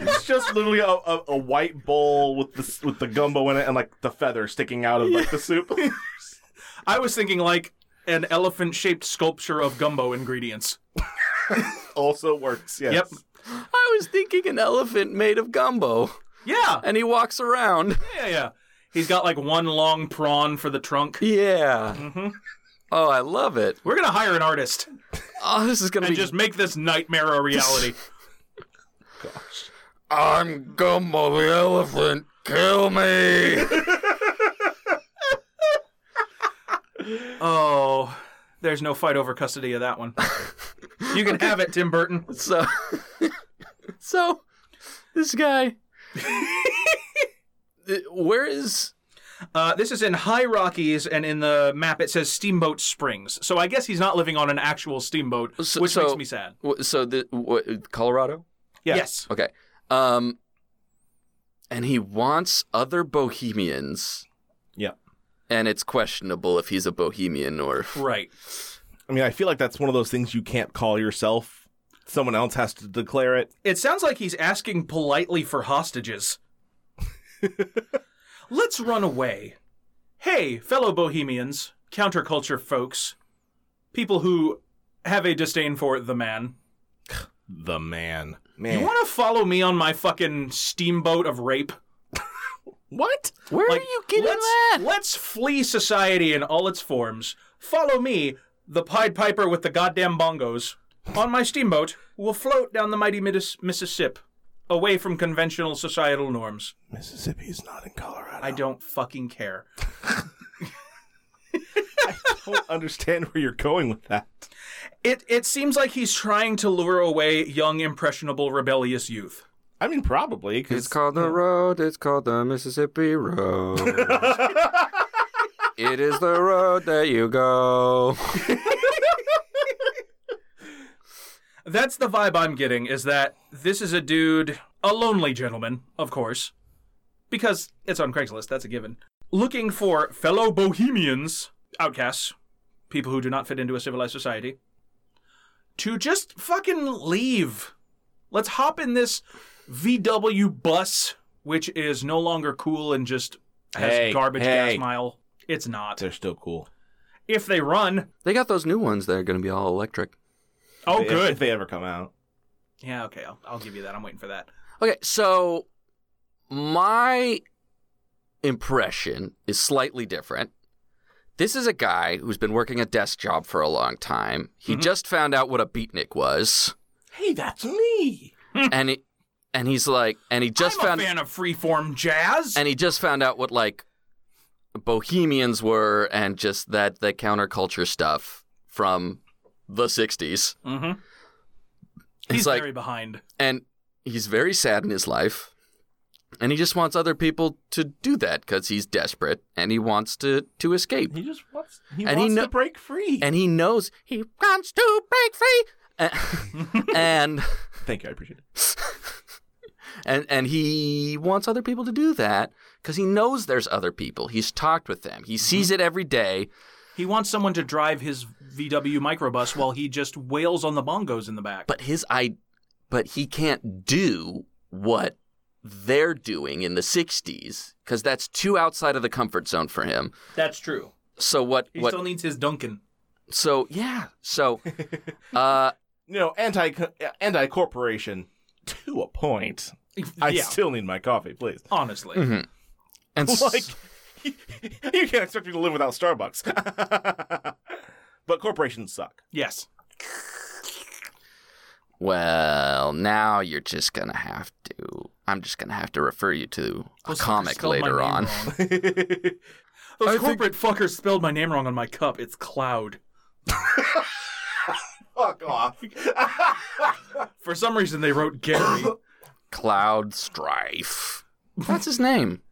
It's just literally a, a, a white bowl with the s- with the gumbo in it and like the feather sticking out of like the soup. I was thinking like an elephant shaped sculpture of gumbo ingredients. also works. Yes. Yep. I was thinking an elephant made of gumbo, Yeah. and he walks around. Yeah, yeah. He's got like one long prawn for the trunk. Yeah. Oh, I love it. We're going to hire an artist Oh, this is gonna and be. just make this nightmare a reality. I'm Gumbo the elephant. Kill me. Oh, there's no fight over custody of that one. You can have it, Tim Burton. So, so this guy, Uh, where is? Uh, this is in High Rockies, and in the map it says Steamboat Springs. So I guess he's not living on an actual steamboat, So- which so- makes me sad. w- So the w- Colorado. Yes. Okay. Um, and he wants other Bohemians. Yeah. And it's questionable if he's a Bohemian or. Right. I mean, I feel like that's one of those things you can't call yourself. Someone else has to declare it. It sounds like he's asking politely for hostages. Let's run away. Hey, fellow bohemians, counterculture folks, people who have a disdain for the man. The man. You Man. want to follow me on my fucking steamboat of rape? What? Where Like, let's, Let's flee society in all its forms. Follow me, the Pied Piper with the goddamn bongos, on my steamboat. We'll float down the mighty Midis- Mississippi, away from conventional societal norms. Mississippi's not in Colorado. I don't fucking care. don't understand where you're going with that. It it seems like he's trying to lure away young, impressionable, rebellious youth. I mean, probably because It's called the road. It's called the Mississippi Road. it is the road that you go. That's the vibe I'm getting. Is that this is a dude, a lonely gentleman, of course, because it's on Craigslist. That's a given. Looking for fellow bohemians, outcasts, people who do not fit into a civilized society, to just fucking leave. Let's hop in this VW bus, which is no longer cool and just has Hey, garbage hey. gas mile. It's not. they're still cool. If they run, They got those new ones that are going to be all electric. Oh, If- good. If they ever come out. Yeah, okay. I'll, I'll give you that. I'm waiting for that. Okay, so my impression is slightly different. This is a guy who's been working a desk job for a long time. He just found out what a beatnik was, Hey, that's me. and he, and he's like, and he just I'm found, a fan of freeform jazz. and he just found out what like bohemians were, and just that the counterculture stuff from the '60s. mm-hmm. It's He's like- very behind. and he's very sad in his life and he just wants other people to do that because he's desperate and he wants to to escape He just wants. He And he wants kno- to break free. and he knows he wants to break free A- and Thank you. I appreciate it. and and he wants other people to do that because he knows there's other people he's talked with them he sees it every day He wants someone to drive his VW microbus while he just wails on the bongos in the back. but his i but he can't do what they're doing in the 60s because that's too outside of the comfort zone for him That's true. so what He what still needs his Duncan. So yeah, so uh, You know, anti anti corporation to a point. I yeah, still need my coffee, please. honestly. Mm-hmm. and s- Like you can't expect me to live without Starbucks. but corporations suck. Yes. well, now you're just gonna have to. I'm just gonna have to refer you to a Those fuckers comic spelled my later name wrong. on. That's Those I think- corporate fuckers spelled my name wrong on my cup. It's Cloud. Fuck off. For some reason, they wrote Gary. Cloud Strife. That's his name.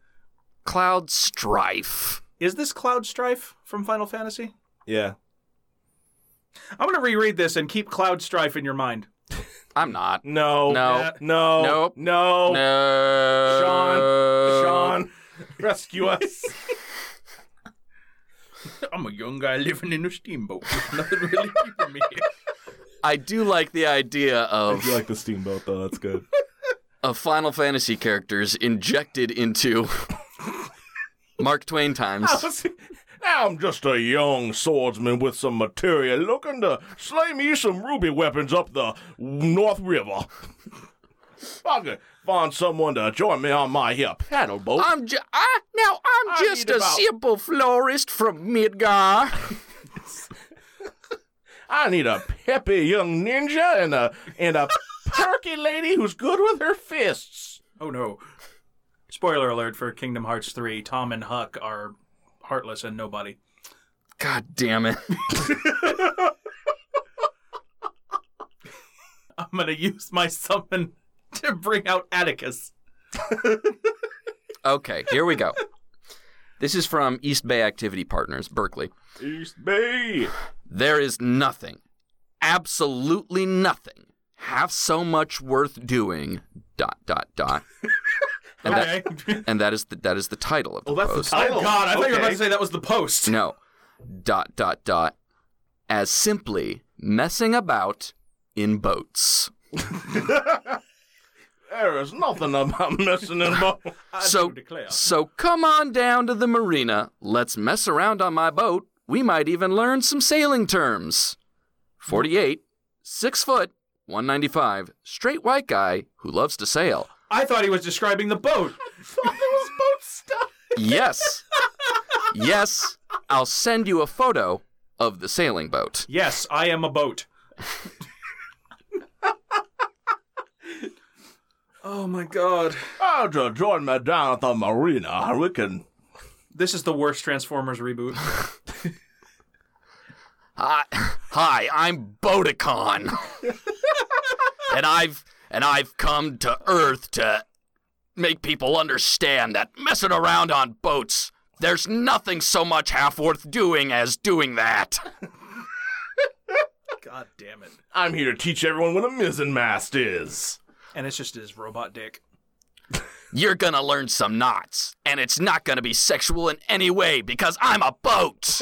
Cloud Strife. Is this Cloud Strife from Final Fantasy? yeah. I'm going to reread this and keep Cloud Strife in your mind. I'm not. No. No. Yeah. No. Nope. No. No. Sean. Sean. Rescue us. I'm a young guy living in a steamboat. There's nothing really keeping me here. I do like the idea of the steamboat though, that's good. of Final Fantasy characters injected into Mark Twain times. now I'm just a young swordsman with some material looking to slay me some ruby weapons up the North River. I could find someone to join me on my here paddle boat. I'm ju- I, now I'm I just need a about- simple florist from Midgar. I need a peppy young ninja and a and a perky lady who's good with her fists. Oh no. Spoiler alert for Kingdom Hearts 3 Tom and Huck are heartless and nobody. God damn it. I'm gonna use my summon to bring out Atticus. Okay, here we go. This is from East Bay Activity Partners, Berkeley. East Bay. There is nothing, absolutely nothing, half so much worth doing. Dot dot dot. And, Okay. that, and that is the that is the title of the Oh, that's the post. Oh, Oh, God, I thought you were about okay. to say that was the post. No. Dot dot dot. As simply messing about in boats. There is nothing about missing in my. I so do declare. so come on down to the marina. Let's mess around on my boat. We might even learn some sailing terms. 48, 6 foot, 195, straight white guy who loves to sail. I thought he was describing the boat. thought it was boat stuff. Yes. yes, I'll send you a photo of the sailing boat. Yes, I am a boat. oh my God. I'll just join me down at the marina. We can. This is the worst Transformers reboot. Hi, hi, I'm Bodicon. and I've and I've come to Earth to make people understand that messing around on boats, there's nothing so much half worth doing as doing that. God damn it. I'm here to teach everyone what a mizzen mast is. And it's just his robot dick. You're gonna learn some knots, and it's not gonna be sexual in any way because I'm a boat.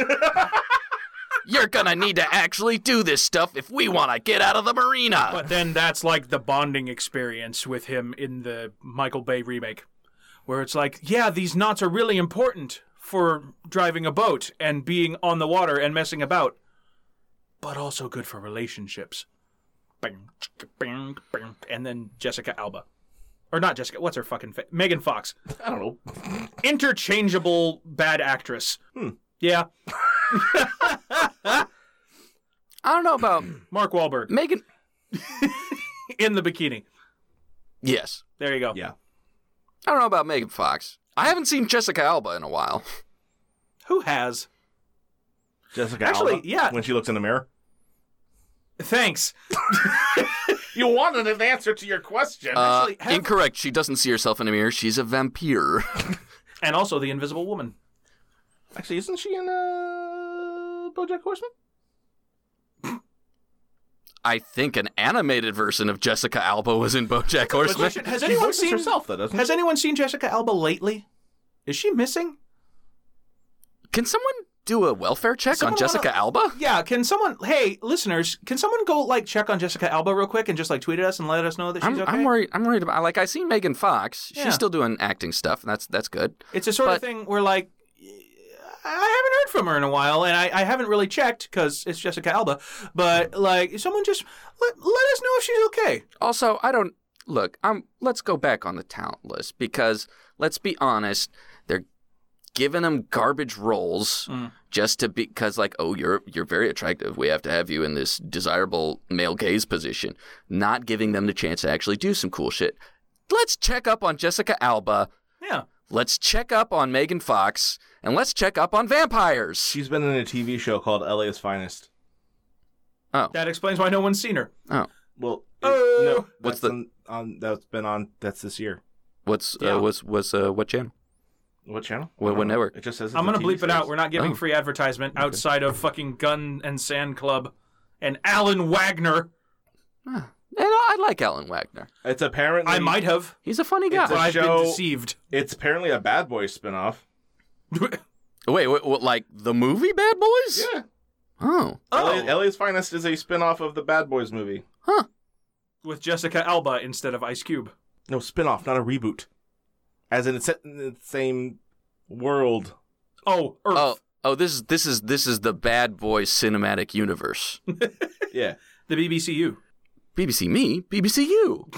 You're gonna need to actually do this stuff if we wanna get out of the marina. But then that's like the bonding experience with him in the Michael Bay remake, where it's like, yeah, these knots are really important for driving a boat and being on the water and messing about, but also good for relationships. Bing, chicka, bing, bing. And then Jessica Alba. Or not Jessica, what's her fucking fa- Megan Fox. I don't know. Hmm. Interchangeable bad actress. Yeah, I don't know about Mark Wahlberg Megan. in the bikini. Yes. There you go. Yeah. I don't know about Megan Fox. I haven't seen Jessica Alba in a while. Who has? Jessica. Actually, Alba, yeah. When she looks in the mirror. Thanks. You wanted an answer to your question. Uh, Actually, have- incorrect. She doesn't see herself in a mirror. She's a vampire. And also the Invisible Woman. Actually, isn't she in uh, BoJack Horseman? I think an animated version of Jessica Alba was in BoJack Horseman. Has anyone voices seen herself though? Doesn't Has anyone seen Jessica Alba lately? Is she missing? Can someone do a welfare check Someone on Jessica wanna- Alba? Yeah, can someone Hey, listeners, can someone go like check on Jessica Alba real quick and just like tweet at us and let us know that she's I'm, okay? I'm worried. I'm worried about. Like I see Megan Fox. Yeah. She's still doing acting stuff. And that's that's good. It's a sort of but- thing where like I haven't heard from her in a while, and I, I haven't really checked because it's Jessica Alba. But like, someone just let, let us know if she's okay. Also, I don't look. I'm. Let's go back on the talent list because let's be honest. They're giving them garbage roles just to be because, like, oh, you're you're very attractive. We have to have you in this desirable male gaze position. Not giving them the chance to actually do some cool shit. Let's check up on Jessica Alba. Yeah, Let's check up on Megan Fox, and let's check up on vampires. She's been in a TV show called LA's Finest. Oh, that explains why no one's seen her. oh, Well, Oh. no, What's that's the- on, on- that's been on that's this year. what's Yeah. uh, was was uh, what channel? What channel? I What- don't what know. network? It just says. It's I'm a gonna TV bleep it out. series. We're not giving Oh. free advertisement outside of fucking Gun and Sand Club and Alan Wagner. Ah, and I I like Alan Wagner. It's apparently I might have, He's a funny guy. It's but a I've show- been deceived. It's apparently a Bad Boys spinoff. Wait, wait, what, like the movie Bad Boys? Yeah. Oh, LA, LA's Finest is a spinoff of the Bad Boys movie. with Jessica Alba instead of Ice Cube. No, spinoff, not a reboot. As in, it's set in the same world. Oh, Earth. oh, oh! This is this is this is the Bad Boys cinematic universe. Yeah. The BBCU. BBC Me, BBC You.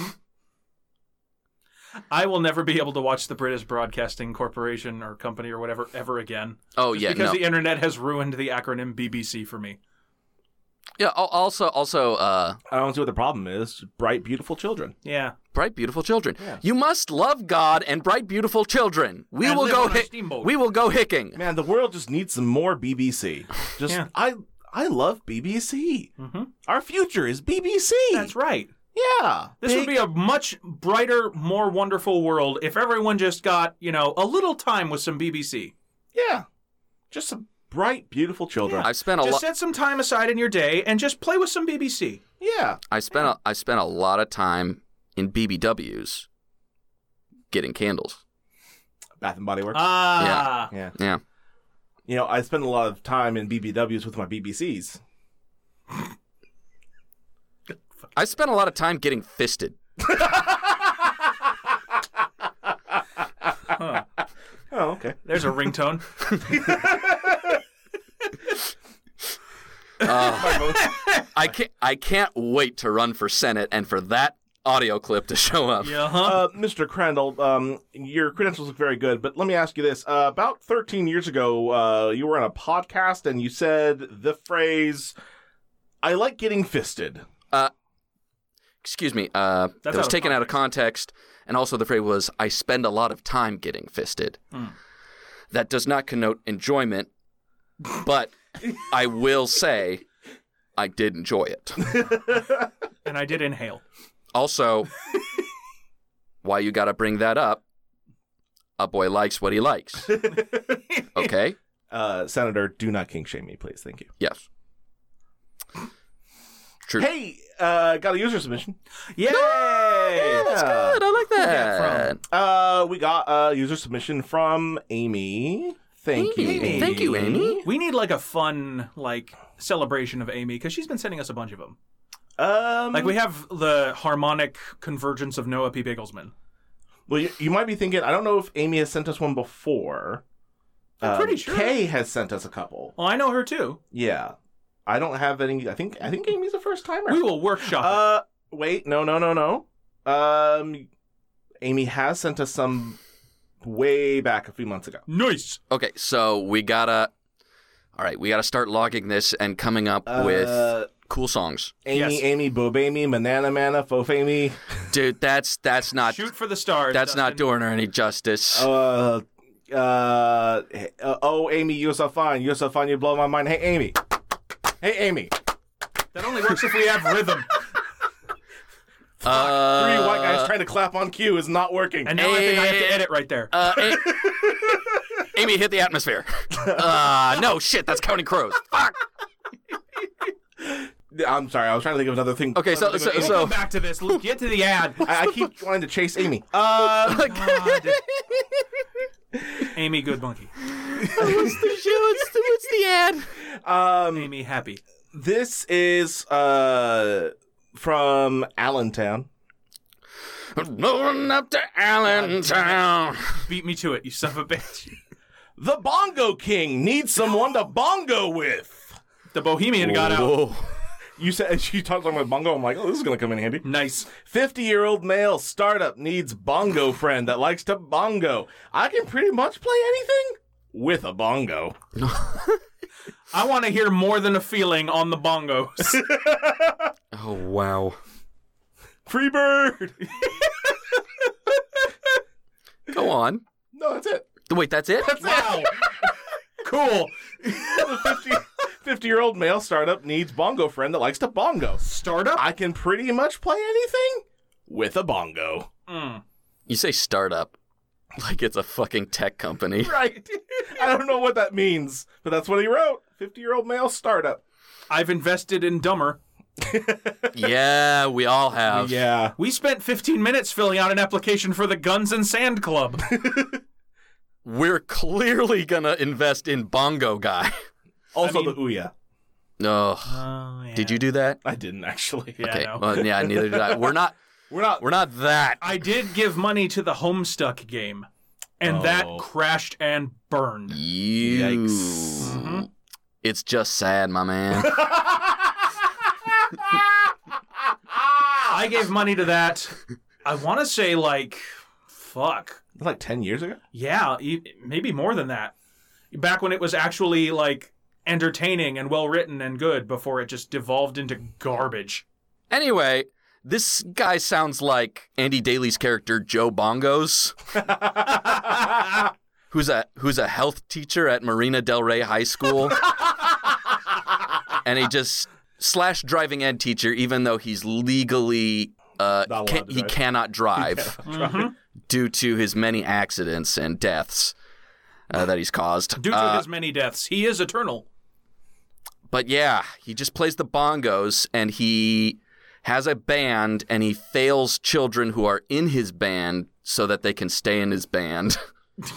I will never be able to watch the British Broadcasting Corporation or company or whatever ever again. Oh Just yeah, because no. the internet has ruined the acronym BBC for me. Yeah. al- Also, also, uh, I don't see what the problem is. Bright, beautiful children. Yeah. bright, beautiful children. You must love God and bright, beautiful children. We And will live go. on a hic- steamboat. we will go hicking. Man, the world just needs some more BBC. Just Yeah. I I love BBC. Mhm. Our future is BBC. That's right. Yeah. This would be a much brighter, more wonderful world if everyone just got, you know, a little time with some BBC. Yeah. Just some bright, beautiful children. I spent a Just lot. set some time aside in your day and just play with some BBC. Yeah. I spent. A, I spent a lot of time in BBWs, getting candles. Bath and Body Works. Ah. yeah. Yeah. You know, I spend a lot of time in BBWs with my BBCs. I spent a lot of time getting fisted. Huh. Oh, okay. There's a ringtone. I can't. I can't wait to run for Senate and for that audio clip to show up. yeah. Huh? Uh, Mr. Crandall, um, your credentials look very good, but let me ask you this. Uh, about 13 years ago, uh, you were on a podcast and you said the phrase, I like getting fisted. Excuse me. Uh, that That's was out of taken out of context, and also the phrase was "I spend a lot of time getting fisted." Hmm. That does not connote enjoyment, but I will say I did enjoy it. And I did inhale. Also, why you got to bring that up? A boy likes what he likes. Okay. Uh, Senator, do not king shame me, please. Thank you. Yes. True. Hey, uh, got a user submission. Yay! That's good. I like that. Uh, we got a user submission from Amy. Thank you, Amy. Amy. Thank you, Amy. We need like a fun like celebration of Amy because she's been sending us a bunch of them. Um, Like we have the harmonic convergence of Noah P. Bigglesman. well, you, you might be thinking, I don't know if Amy has sent us one before. I'm Um, pretty sure. Kay has sent us a couple. Oh, I know her too. Yeah, I don't have any. I think I think Amy's a first timer. We will workshop. it. Uh, wait, no, no, no, no. Um, Amy has sent us some way back a few months ago. nice. Okay, so we gotta. All right, we gotta start logging this and coming up with Uh, cool songs, Amy, Yes. Amy, Boob Amy, Manana Mana, Fof Amy, dude. That's that's not Shoot for the stars. that's not Dustin. doing her any justice. uh, uh, uh, oh, Amy, you're so fine. You're so fine. You blow my mind. Hey, Amy. Hey, Amy. That only works if we have rhythm. Uh, Three white guys trying to clap on cue is not working. And now I think I have to edit right there. uh, A- Amy hit the atmosphere. Uh, no shit, that's Counting Crows. Fuck. I'm sorry. I was trying to think of another thing. Okay, so Another so thing with we'll so come back to this. Look, Get to the ad. I, I keep wanting to chase Amy. Uh, God. Amy Good Monkey. what's, the, what's the ad? um, Amy Happy. this is uh from Allentown. Rolling up to Allentown. Beat me to it, you son of a bitch. The Bongo King needs someone to bongo with. The Bohemian got out. You said she talked about bongo. I'm like, oh, this is gonna come in handy. Nice. 50 year old male startup needs bongo friend that likes to bongo. I can pretty much play anything with a bongo. I want to hear more than a feeling on the bongos. Oh wow. Free bird. Go on. No, that's it. Wait, that's it. wow. cool. The 50, 50 year old male startup needs bongo friend that likes to bongo. Startup? I can pretty much play anything with a bongo. Mm. You say startup, like it's a fucking tech company. Right. I don't know what that means, but that's what he wrote. 50 year old male startup. I've invested in Dumber. yeah, we all have. Yeah. We spent 15 minutes filling out an application for the Guns and Sand Club. We're clearly gonna invest in Bongo Guy. Also the Ouya. No. Oh, yeah. Did you do that? I didn't actually. Yeah, okay. no. Well, yeah, neither did I. We're not. We're not. We're not that. I did give money to the Homestuck game, and that Oh. crashed and burned. You. Yikes. Mhm. It's just sad, my man. I gave money to that. I want to say like, fuck, That's like 10 years ago? yeah, e- maybe more than that. Back when it was actually like entertaining and well written and good before it just devolved into garbage. Anyway, this guy sounds like Andy Daly's character Joe Bongos, who's a who's a health teacher at Marina Del Rey High School, and he just slash driving ed teacher, even though he's legally uh, Not allowed can, to he drive. cannot drive Mhm. due to his many accidents and deaths uh, that he's caused. Due to Uh, his many deaths, he is eternal. but yeah, he just plays the bongos and he has a band and he fails children who are in his band so that they can stay in his band.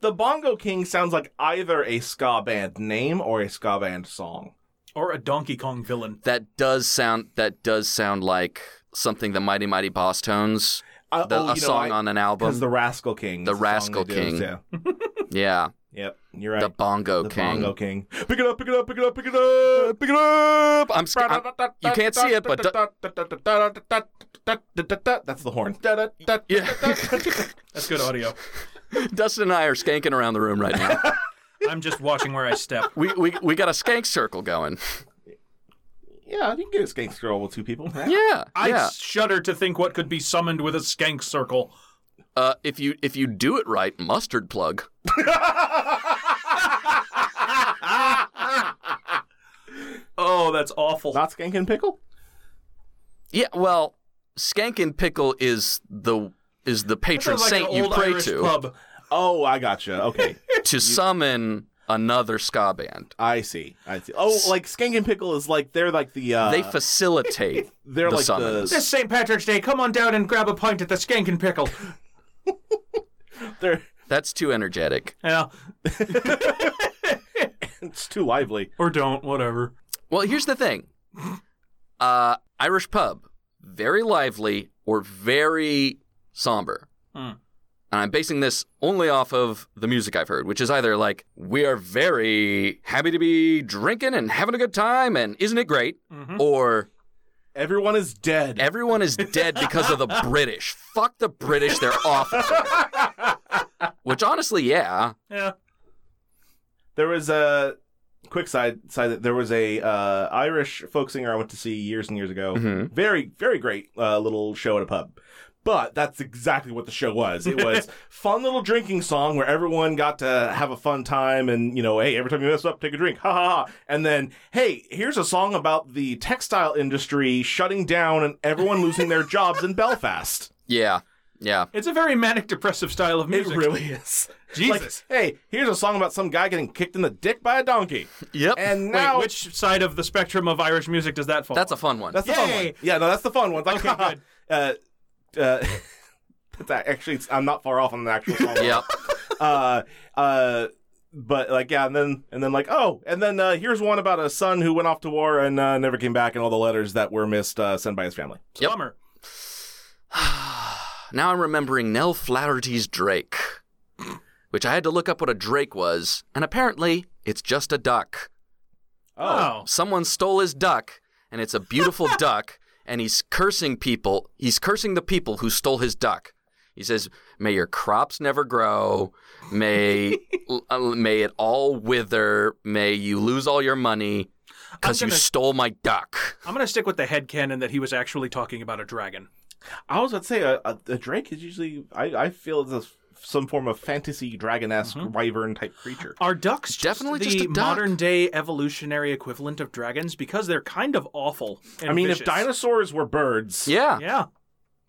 The Bongo King sounds like either a ska band name or a ska band song. Or a Donkey Kong villain. that does sound that doss sound like something the Mighty Mighty Boss Tones, Uh, the, oh, a you know, I- song on an Because album. the Rascal King. The is song Rascal they do, King. Yeah. yeah, Yep. You're right. the Bongo The King. Bongo King. Pick it up, pick it up, pick it up, pick it up, pick it up. I'm, sc- I'm you can't see it, but That's the horn. yeah. That's good audio. Dustin and I are skanking around the room right now. I'm just watching where I step. We we we got a skank circle going. Yeah, you can get a skank scroll with two people. Yeah, I yeah. shudder to think what could be summoned with a skank circle. Uh, if you if you do it right, mustard plug. Oh, that's awful. Not skank and pickle? Yeah, well, skank and pickle is the is the That patron sounds like saint an you old pray Irish to pub. Oh, I gotcha. Okay. to summon another ska band. I see. I see. Oh, like skank and pickle is like they're like the uh they facilitate. they're the like summons. This St. Patrick's Day, come on down and grab a pint at the Skank and Pickle. the they're That's too energetic. yeah, it's too lively. or don't, whatever. Well, here's the thing. Uh, Irish pub, very lively or very somber. Hmm. And I'm basing this only off of the music I've heard, which is either like, we are very happy to be drinking and having a good time, and isn't it great? Mm-hmm. Hmm. Or Everyone is dead. everyone is dead because of the British. Fuck the British, they're awful. which honestly, yeah. Yeah. There was a quick side side that there was a uh, Irish folk singer I went to see years and years ago. Mm-hmm. Mhm. Very very great uh, little show at a pub. But that's exactly what the show was. It was fun little drinking song where everyone got to have a fun time and you know, hey, every time you mess up, take a drink, ha ha ha. And then, hey, here's a song about the textile industry shutting down and everyone losing their jobs in Belfast. Yeah. Yeah. It's a very manic depressive style of music. It really is. Jesus. Like, hey, here's a song about some guy getting kicked in the dick by a donkey. Yep. And Wait, now which side of the spectrum of Irish music does that fall? That's a on? fun one. That's the fun Yay! one. Yeah, no, that's the fun one. It's Like, Okay, good. Uh, uh, that's a- actually, it's, I'm not far off on the actual song. yep. Uh, uh, but like, yeah, and then and then like, oh, and then uh, here's one about a son who went off to war and uh, never came back, and all the letters that were missed uh, sent by his family. Yep. Bummer. Now I'm remembering Nell Flaherty's Drake, which I had to look up what a Drake was, and apparently it's just a duck. Oh. Someone stole his duck, and it's a beautiful duck, and he's cursing people. He's cursing the people who stole his duck. He says, "May your crops never grow. May uh, may it all wither. May you lose all your money because I'm you gonna- stole my duck." I'm going to stick with the headcanon that he was actually talking about a dragon. I was gonna say a, a, a drake is usually I, I feel it's a, some form of fantasy dragon esque Mm-hmm. wyvern type creature. Are ducks just Definitely the just a duck. modern day evolutionary equivalent of dragons because they're kind of awful? and I mean, if vicious. dinosaurs were birds, Yeah, Yeah.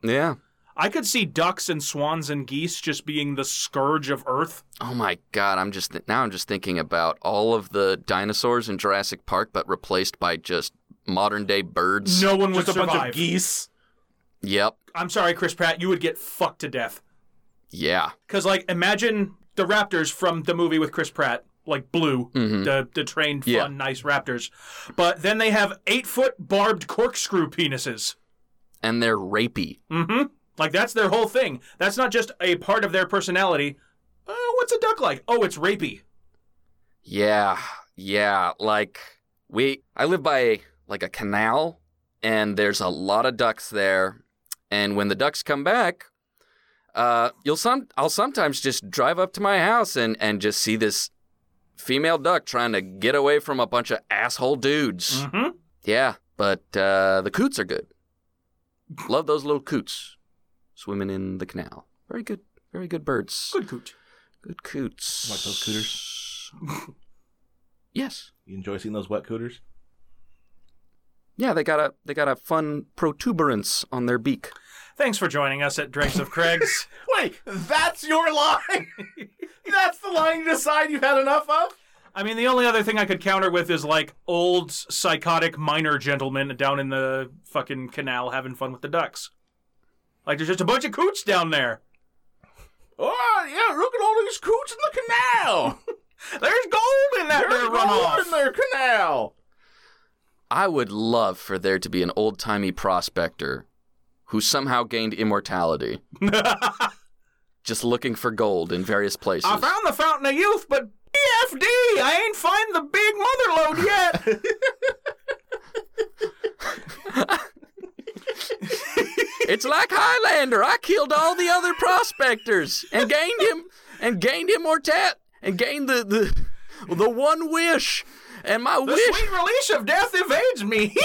yeah. I could see ducks and swans and geese just being the scourge of Earth. Oh my god, I'm just now I'm just thinking about all of the dinosaurs in Jurassic Park but replaced by just modern day birds. No one just would a survive. bunch of geese. Yep. I'm sorry, Chris Pratt, you would get fucked to death. Yeah. Because, like, imagine the Raptors from the movie with Chris Pratt, like Blue, Mm-hmm. the, the trained, fun, Yeah. nice Raptors. But then they have eight foot barbed corkscrew penises. And they're rapey. hmm. Like, that's their whole thing. That's not just a part of their personality. Uh, what's a duck like? Oh, it's rapey. Yeah. Yeah, like we I live by like a canal and there's a lot of ducks there and when the ducks come back uh you'll some I'll sometimes just drive up to my house and and just see this female duck trying to get away from a bunch of asshole dudes. Mm-hmm. Yeah, but uh, the coots are good. Love those little coots swimming in the canal. Very good, very good birds. Good coot. Good coots. Like those cooters? yes. You enjoy seeing those wet cooters? Yeah, they got a they got a fun protuberance on their beak. Thanks for joining us at Drinks of Craig's. Wait, that's your line. that's the line you decide you've had enough of. I mean, the only other thing I could counter with is like old psychotic miner gentlemen down in the fucking canal having fun with the ducks. Like there's just a bunch of coots down there. Oh yeah, look at all these coots in the canal. There's gold in that There's there gold in runoff. their canal. I would love for there to be an old timey prospector who somehow gained immortality, just looking for gold in various places. I found the fountain of youth, but BFD, I ain't find the big motherlode yet. It's like Highlander. I killed all the other prospectors and gained him and gained immortat and gained the the the one wish. And my the wish sweet release of death evades me.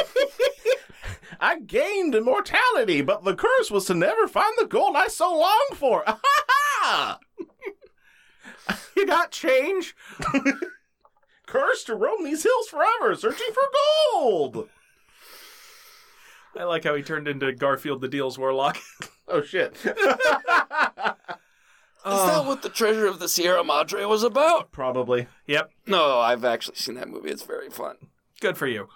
I gained immortality, but the curse was to never find the gold I so long for. Ha ha! you got change? Cursed to roam these hills forever, searching for gold. I like how he turned into Garfield the Deals Warlock. Oh shit! Is that what the treasure of the Sierra Madre was about? Probably. Yep, No, I've actually seen that movie. It's very fun. good for you.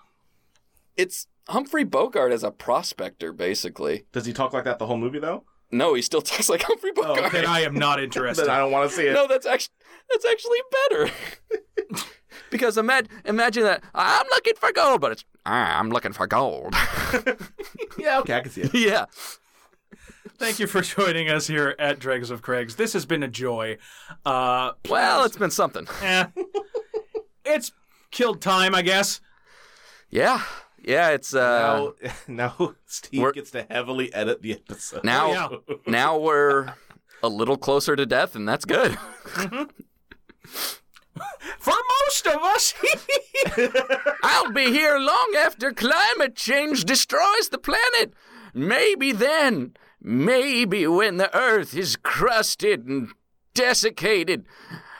It's Humphrey Bogart as a prospector, basically. Does he talk like that the whole movie though? No, he still talks like Humphrey Bogart. Then Oh, I am not Then interested. I don't want to see it. No, that's actually that's actually better. because imagine imagine that I'm looking for gold, but it's "Ah, I'm looking for gold. Yeah, okay, I can see it. yeah. Thank you for joining us here at Dregs of Craigs. This has been a joy. Uh, Well, it's been something. eh. it's killed time, I guess. Yeah. Yeah, it's uh Now, now Steve We're- gets to heavily edit the episode. now Yeah. now we're a little closer to death and that's good. For most of us. I'll be here long after climate change destroys the planet. Maybe then, maybe when the earth is crusted and desiccated,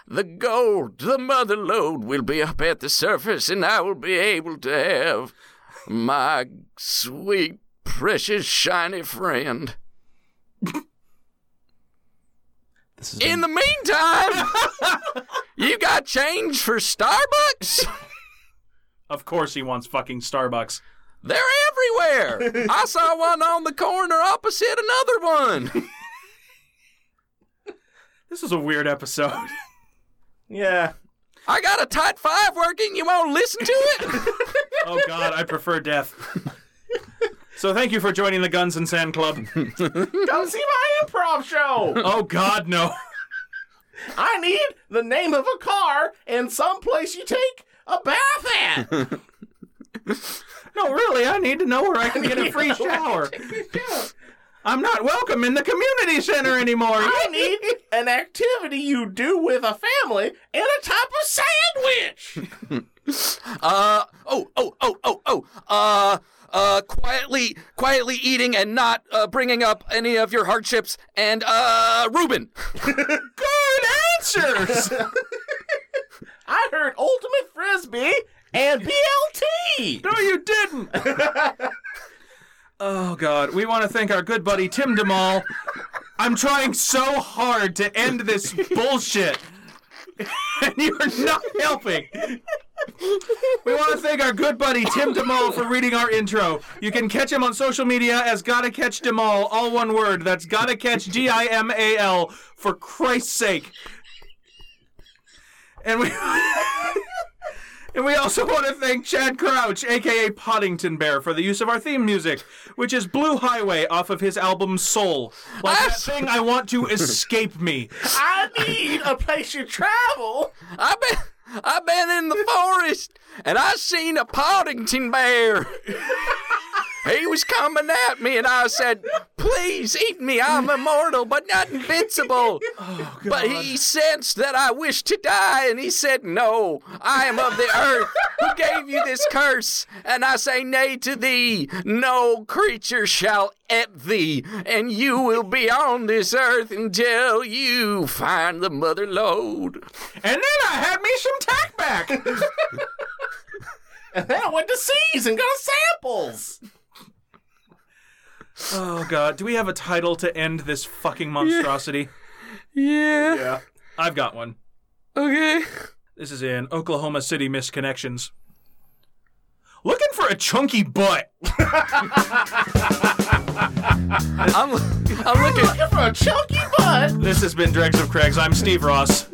the gold, the mother lode will be up at the surface and I will be able to have my sweet, precious, shiny friend. This has been- In the meantime, you got change for Starbucks? of course, he wants fucking Starbucks. They're everywhere. I saw one on the corner opposite another one. This is a weird episode. yeah. I got a tight five working. You won't listen to it? Oh God, I prefer death. So thank you for joining the Guns and Sand Club. Come see my improv show. Oh God, no. I need the name of a car and some place you take a bath at. No, really, I need to know where I can get a free shower. I'm not welcome in the community center anymore. I need an activity you do with a family and a type of sandwich. Uh oh oh oh oh oh. Uh uh quietly quietly eating and not uh, bringing up any of your hardships and uh Reuben. Good answers. I heard ultimate frisbee and BLT. No, you didn't. oh God, we want to thank our good buddy Tim Demal. I'm trying so hard to end this bullshit, and you're not helping. We want to thank our good buddy Tim Demal for reading our intro. You can catch him on social media as Gotta Catch Demal, all one word. That's Gotta Catch D I M A L. For Christ's sake. And we. And we also want to thank Chad Crouch, aka Poddington Bear, for the use of our theme music, which is Blue Highway off of his album Soul. Like that Us- thing, I want to escape me. I need a place you travel. I've been I've been in the forest and I seen a Poddington bear. He was coming at me, and I said, Please eat me. I'm immortal, but not invincible. but he sensed that I wished to die, and he said, No, I am of the earth who gave you this curse. And I say, Nay to thee, no creature shall eat thee, and you will be on this earth until you find the mother lode. And then I had me some tack back. And then I went to C's and got samples. oh god, do we have a title to end this fucking monstrosity? Yeah. Yeah. I've got one. Okay. This is in Oklahoma City Misconnections. Looking for a chunky butt. I'm, I'm looking. For a chunky butt. This has been Dregs of Craigs. I'm Steve Ross.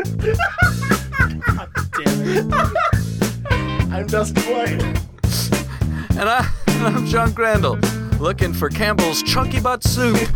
I'm Dusty White. and I, I'm John Crandall, looking for Campbell's Chunky Butt Soup.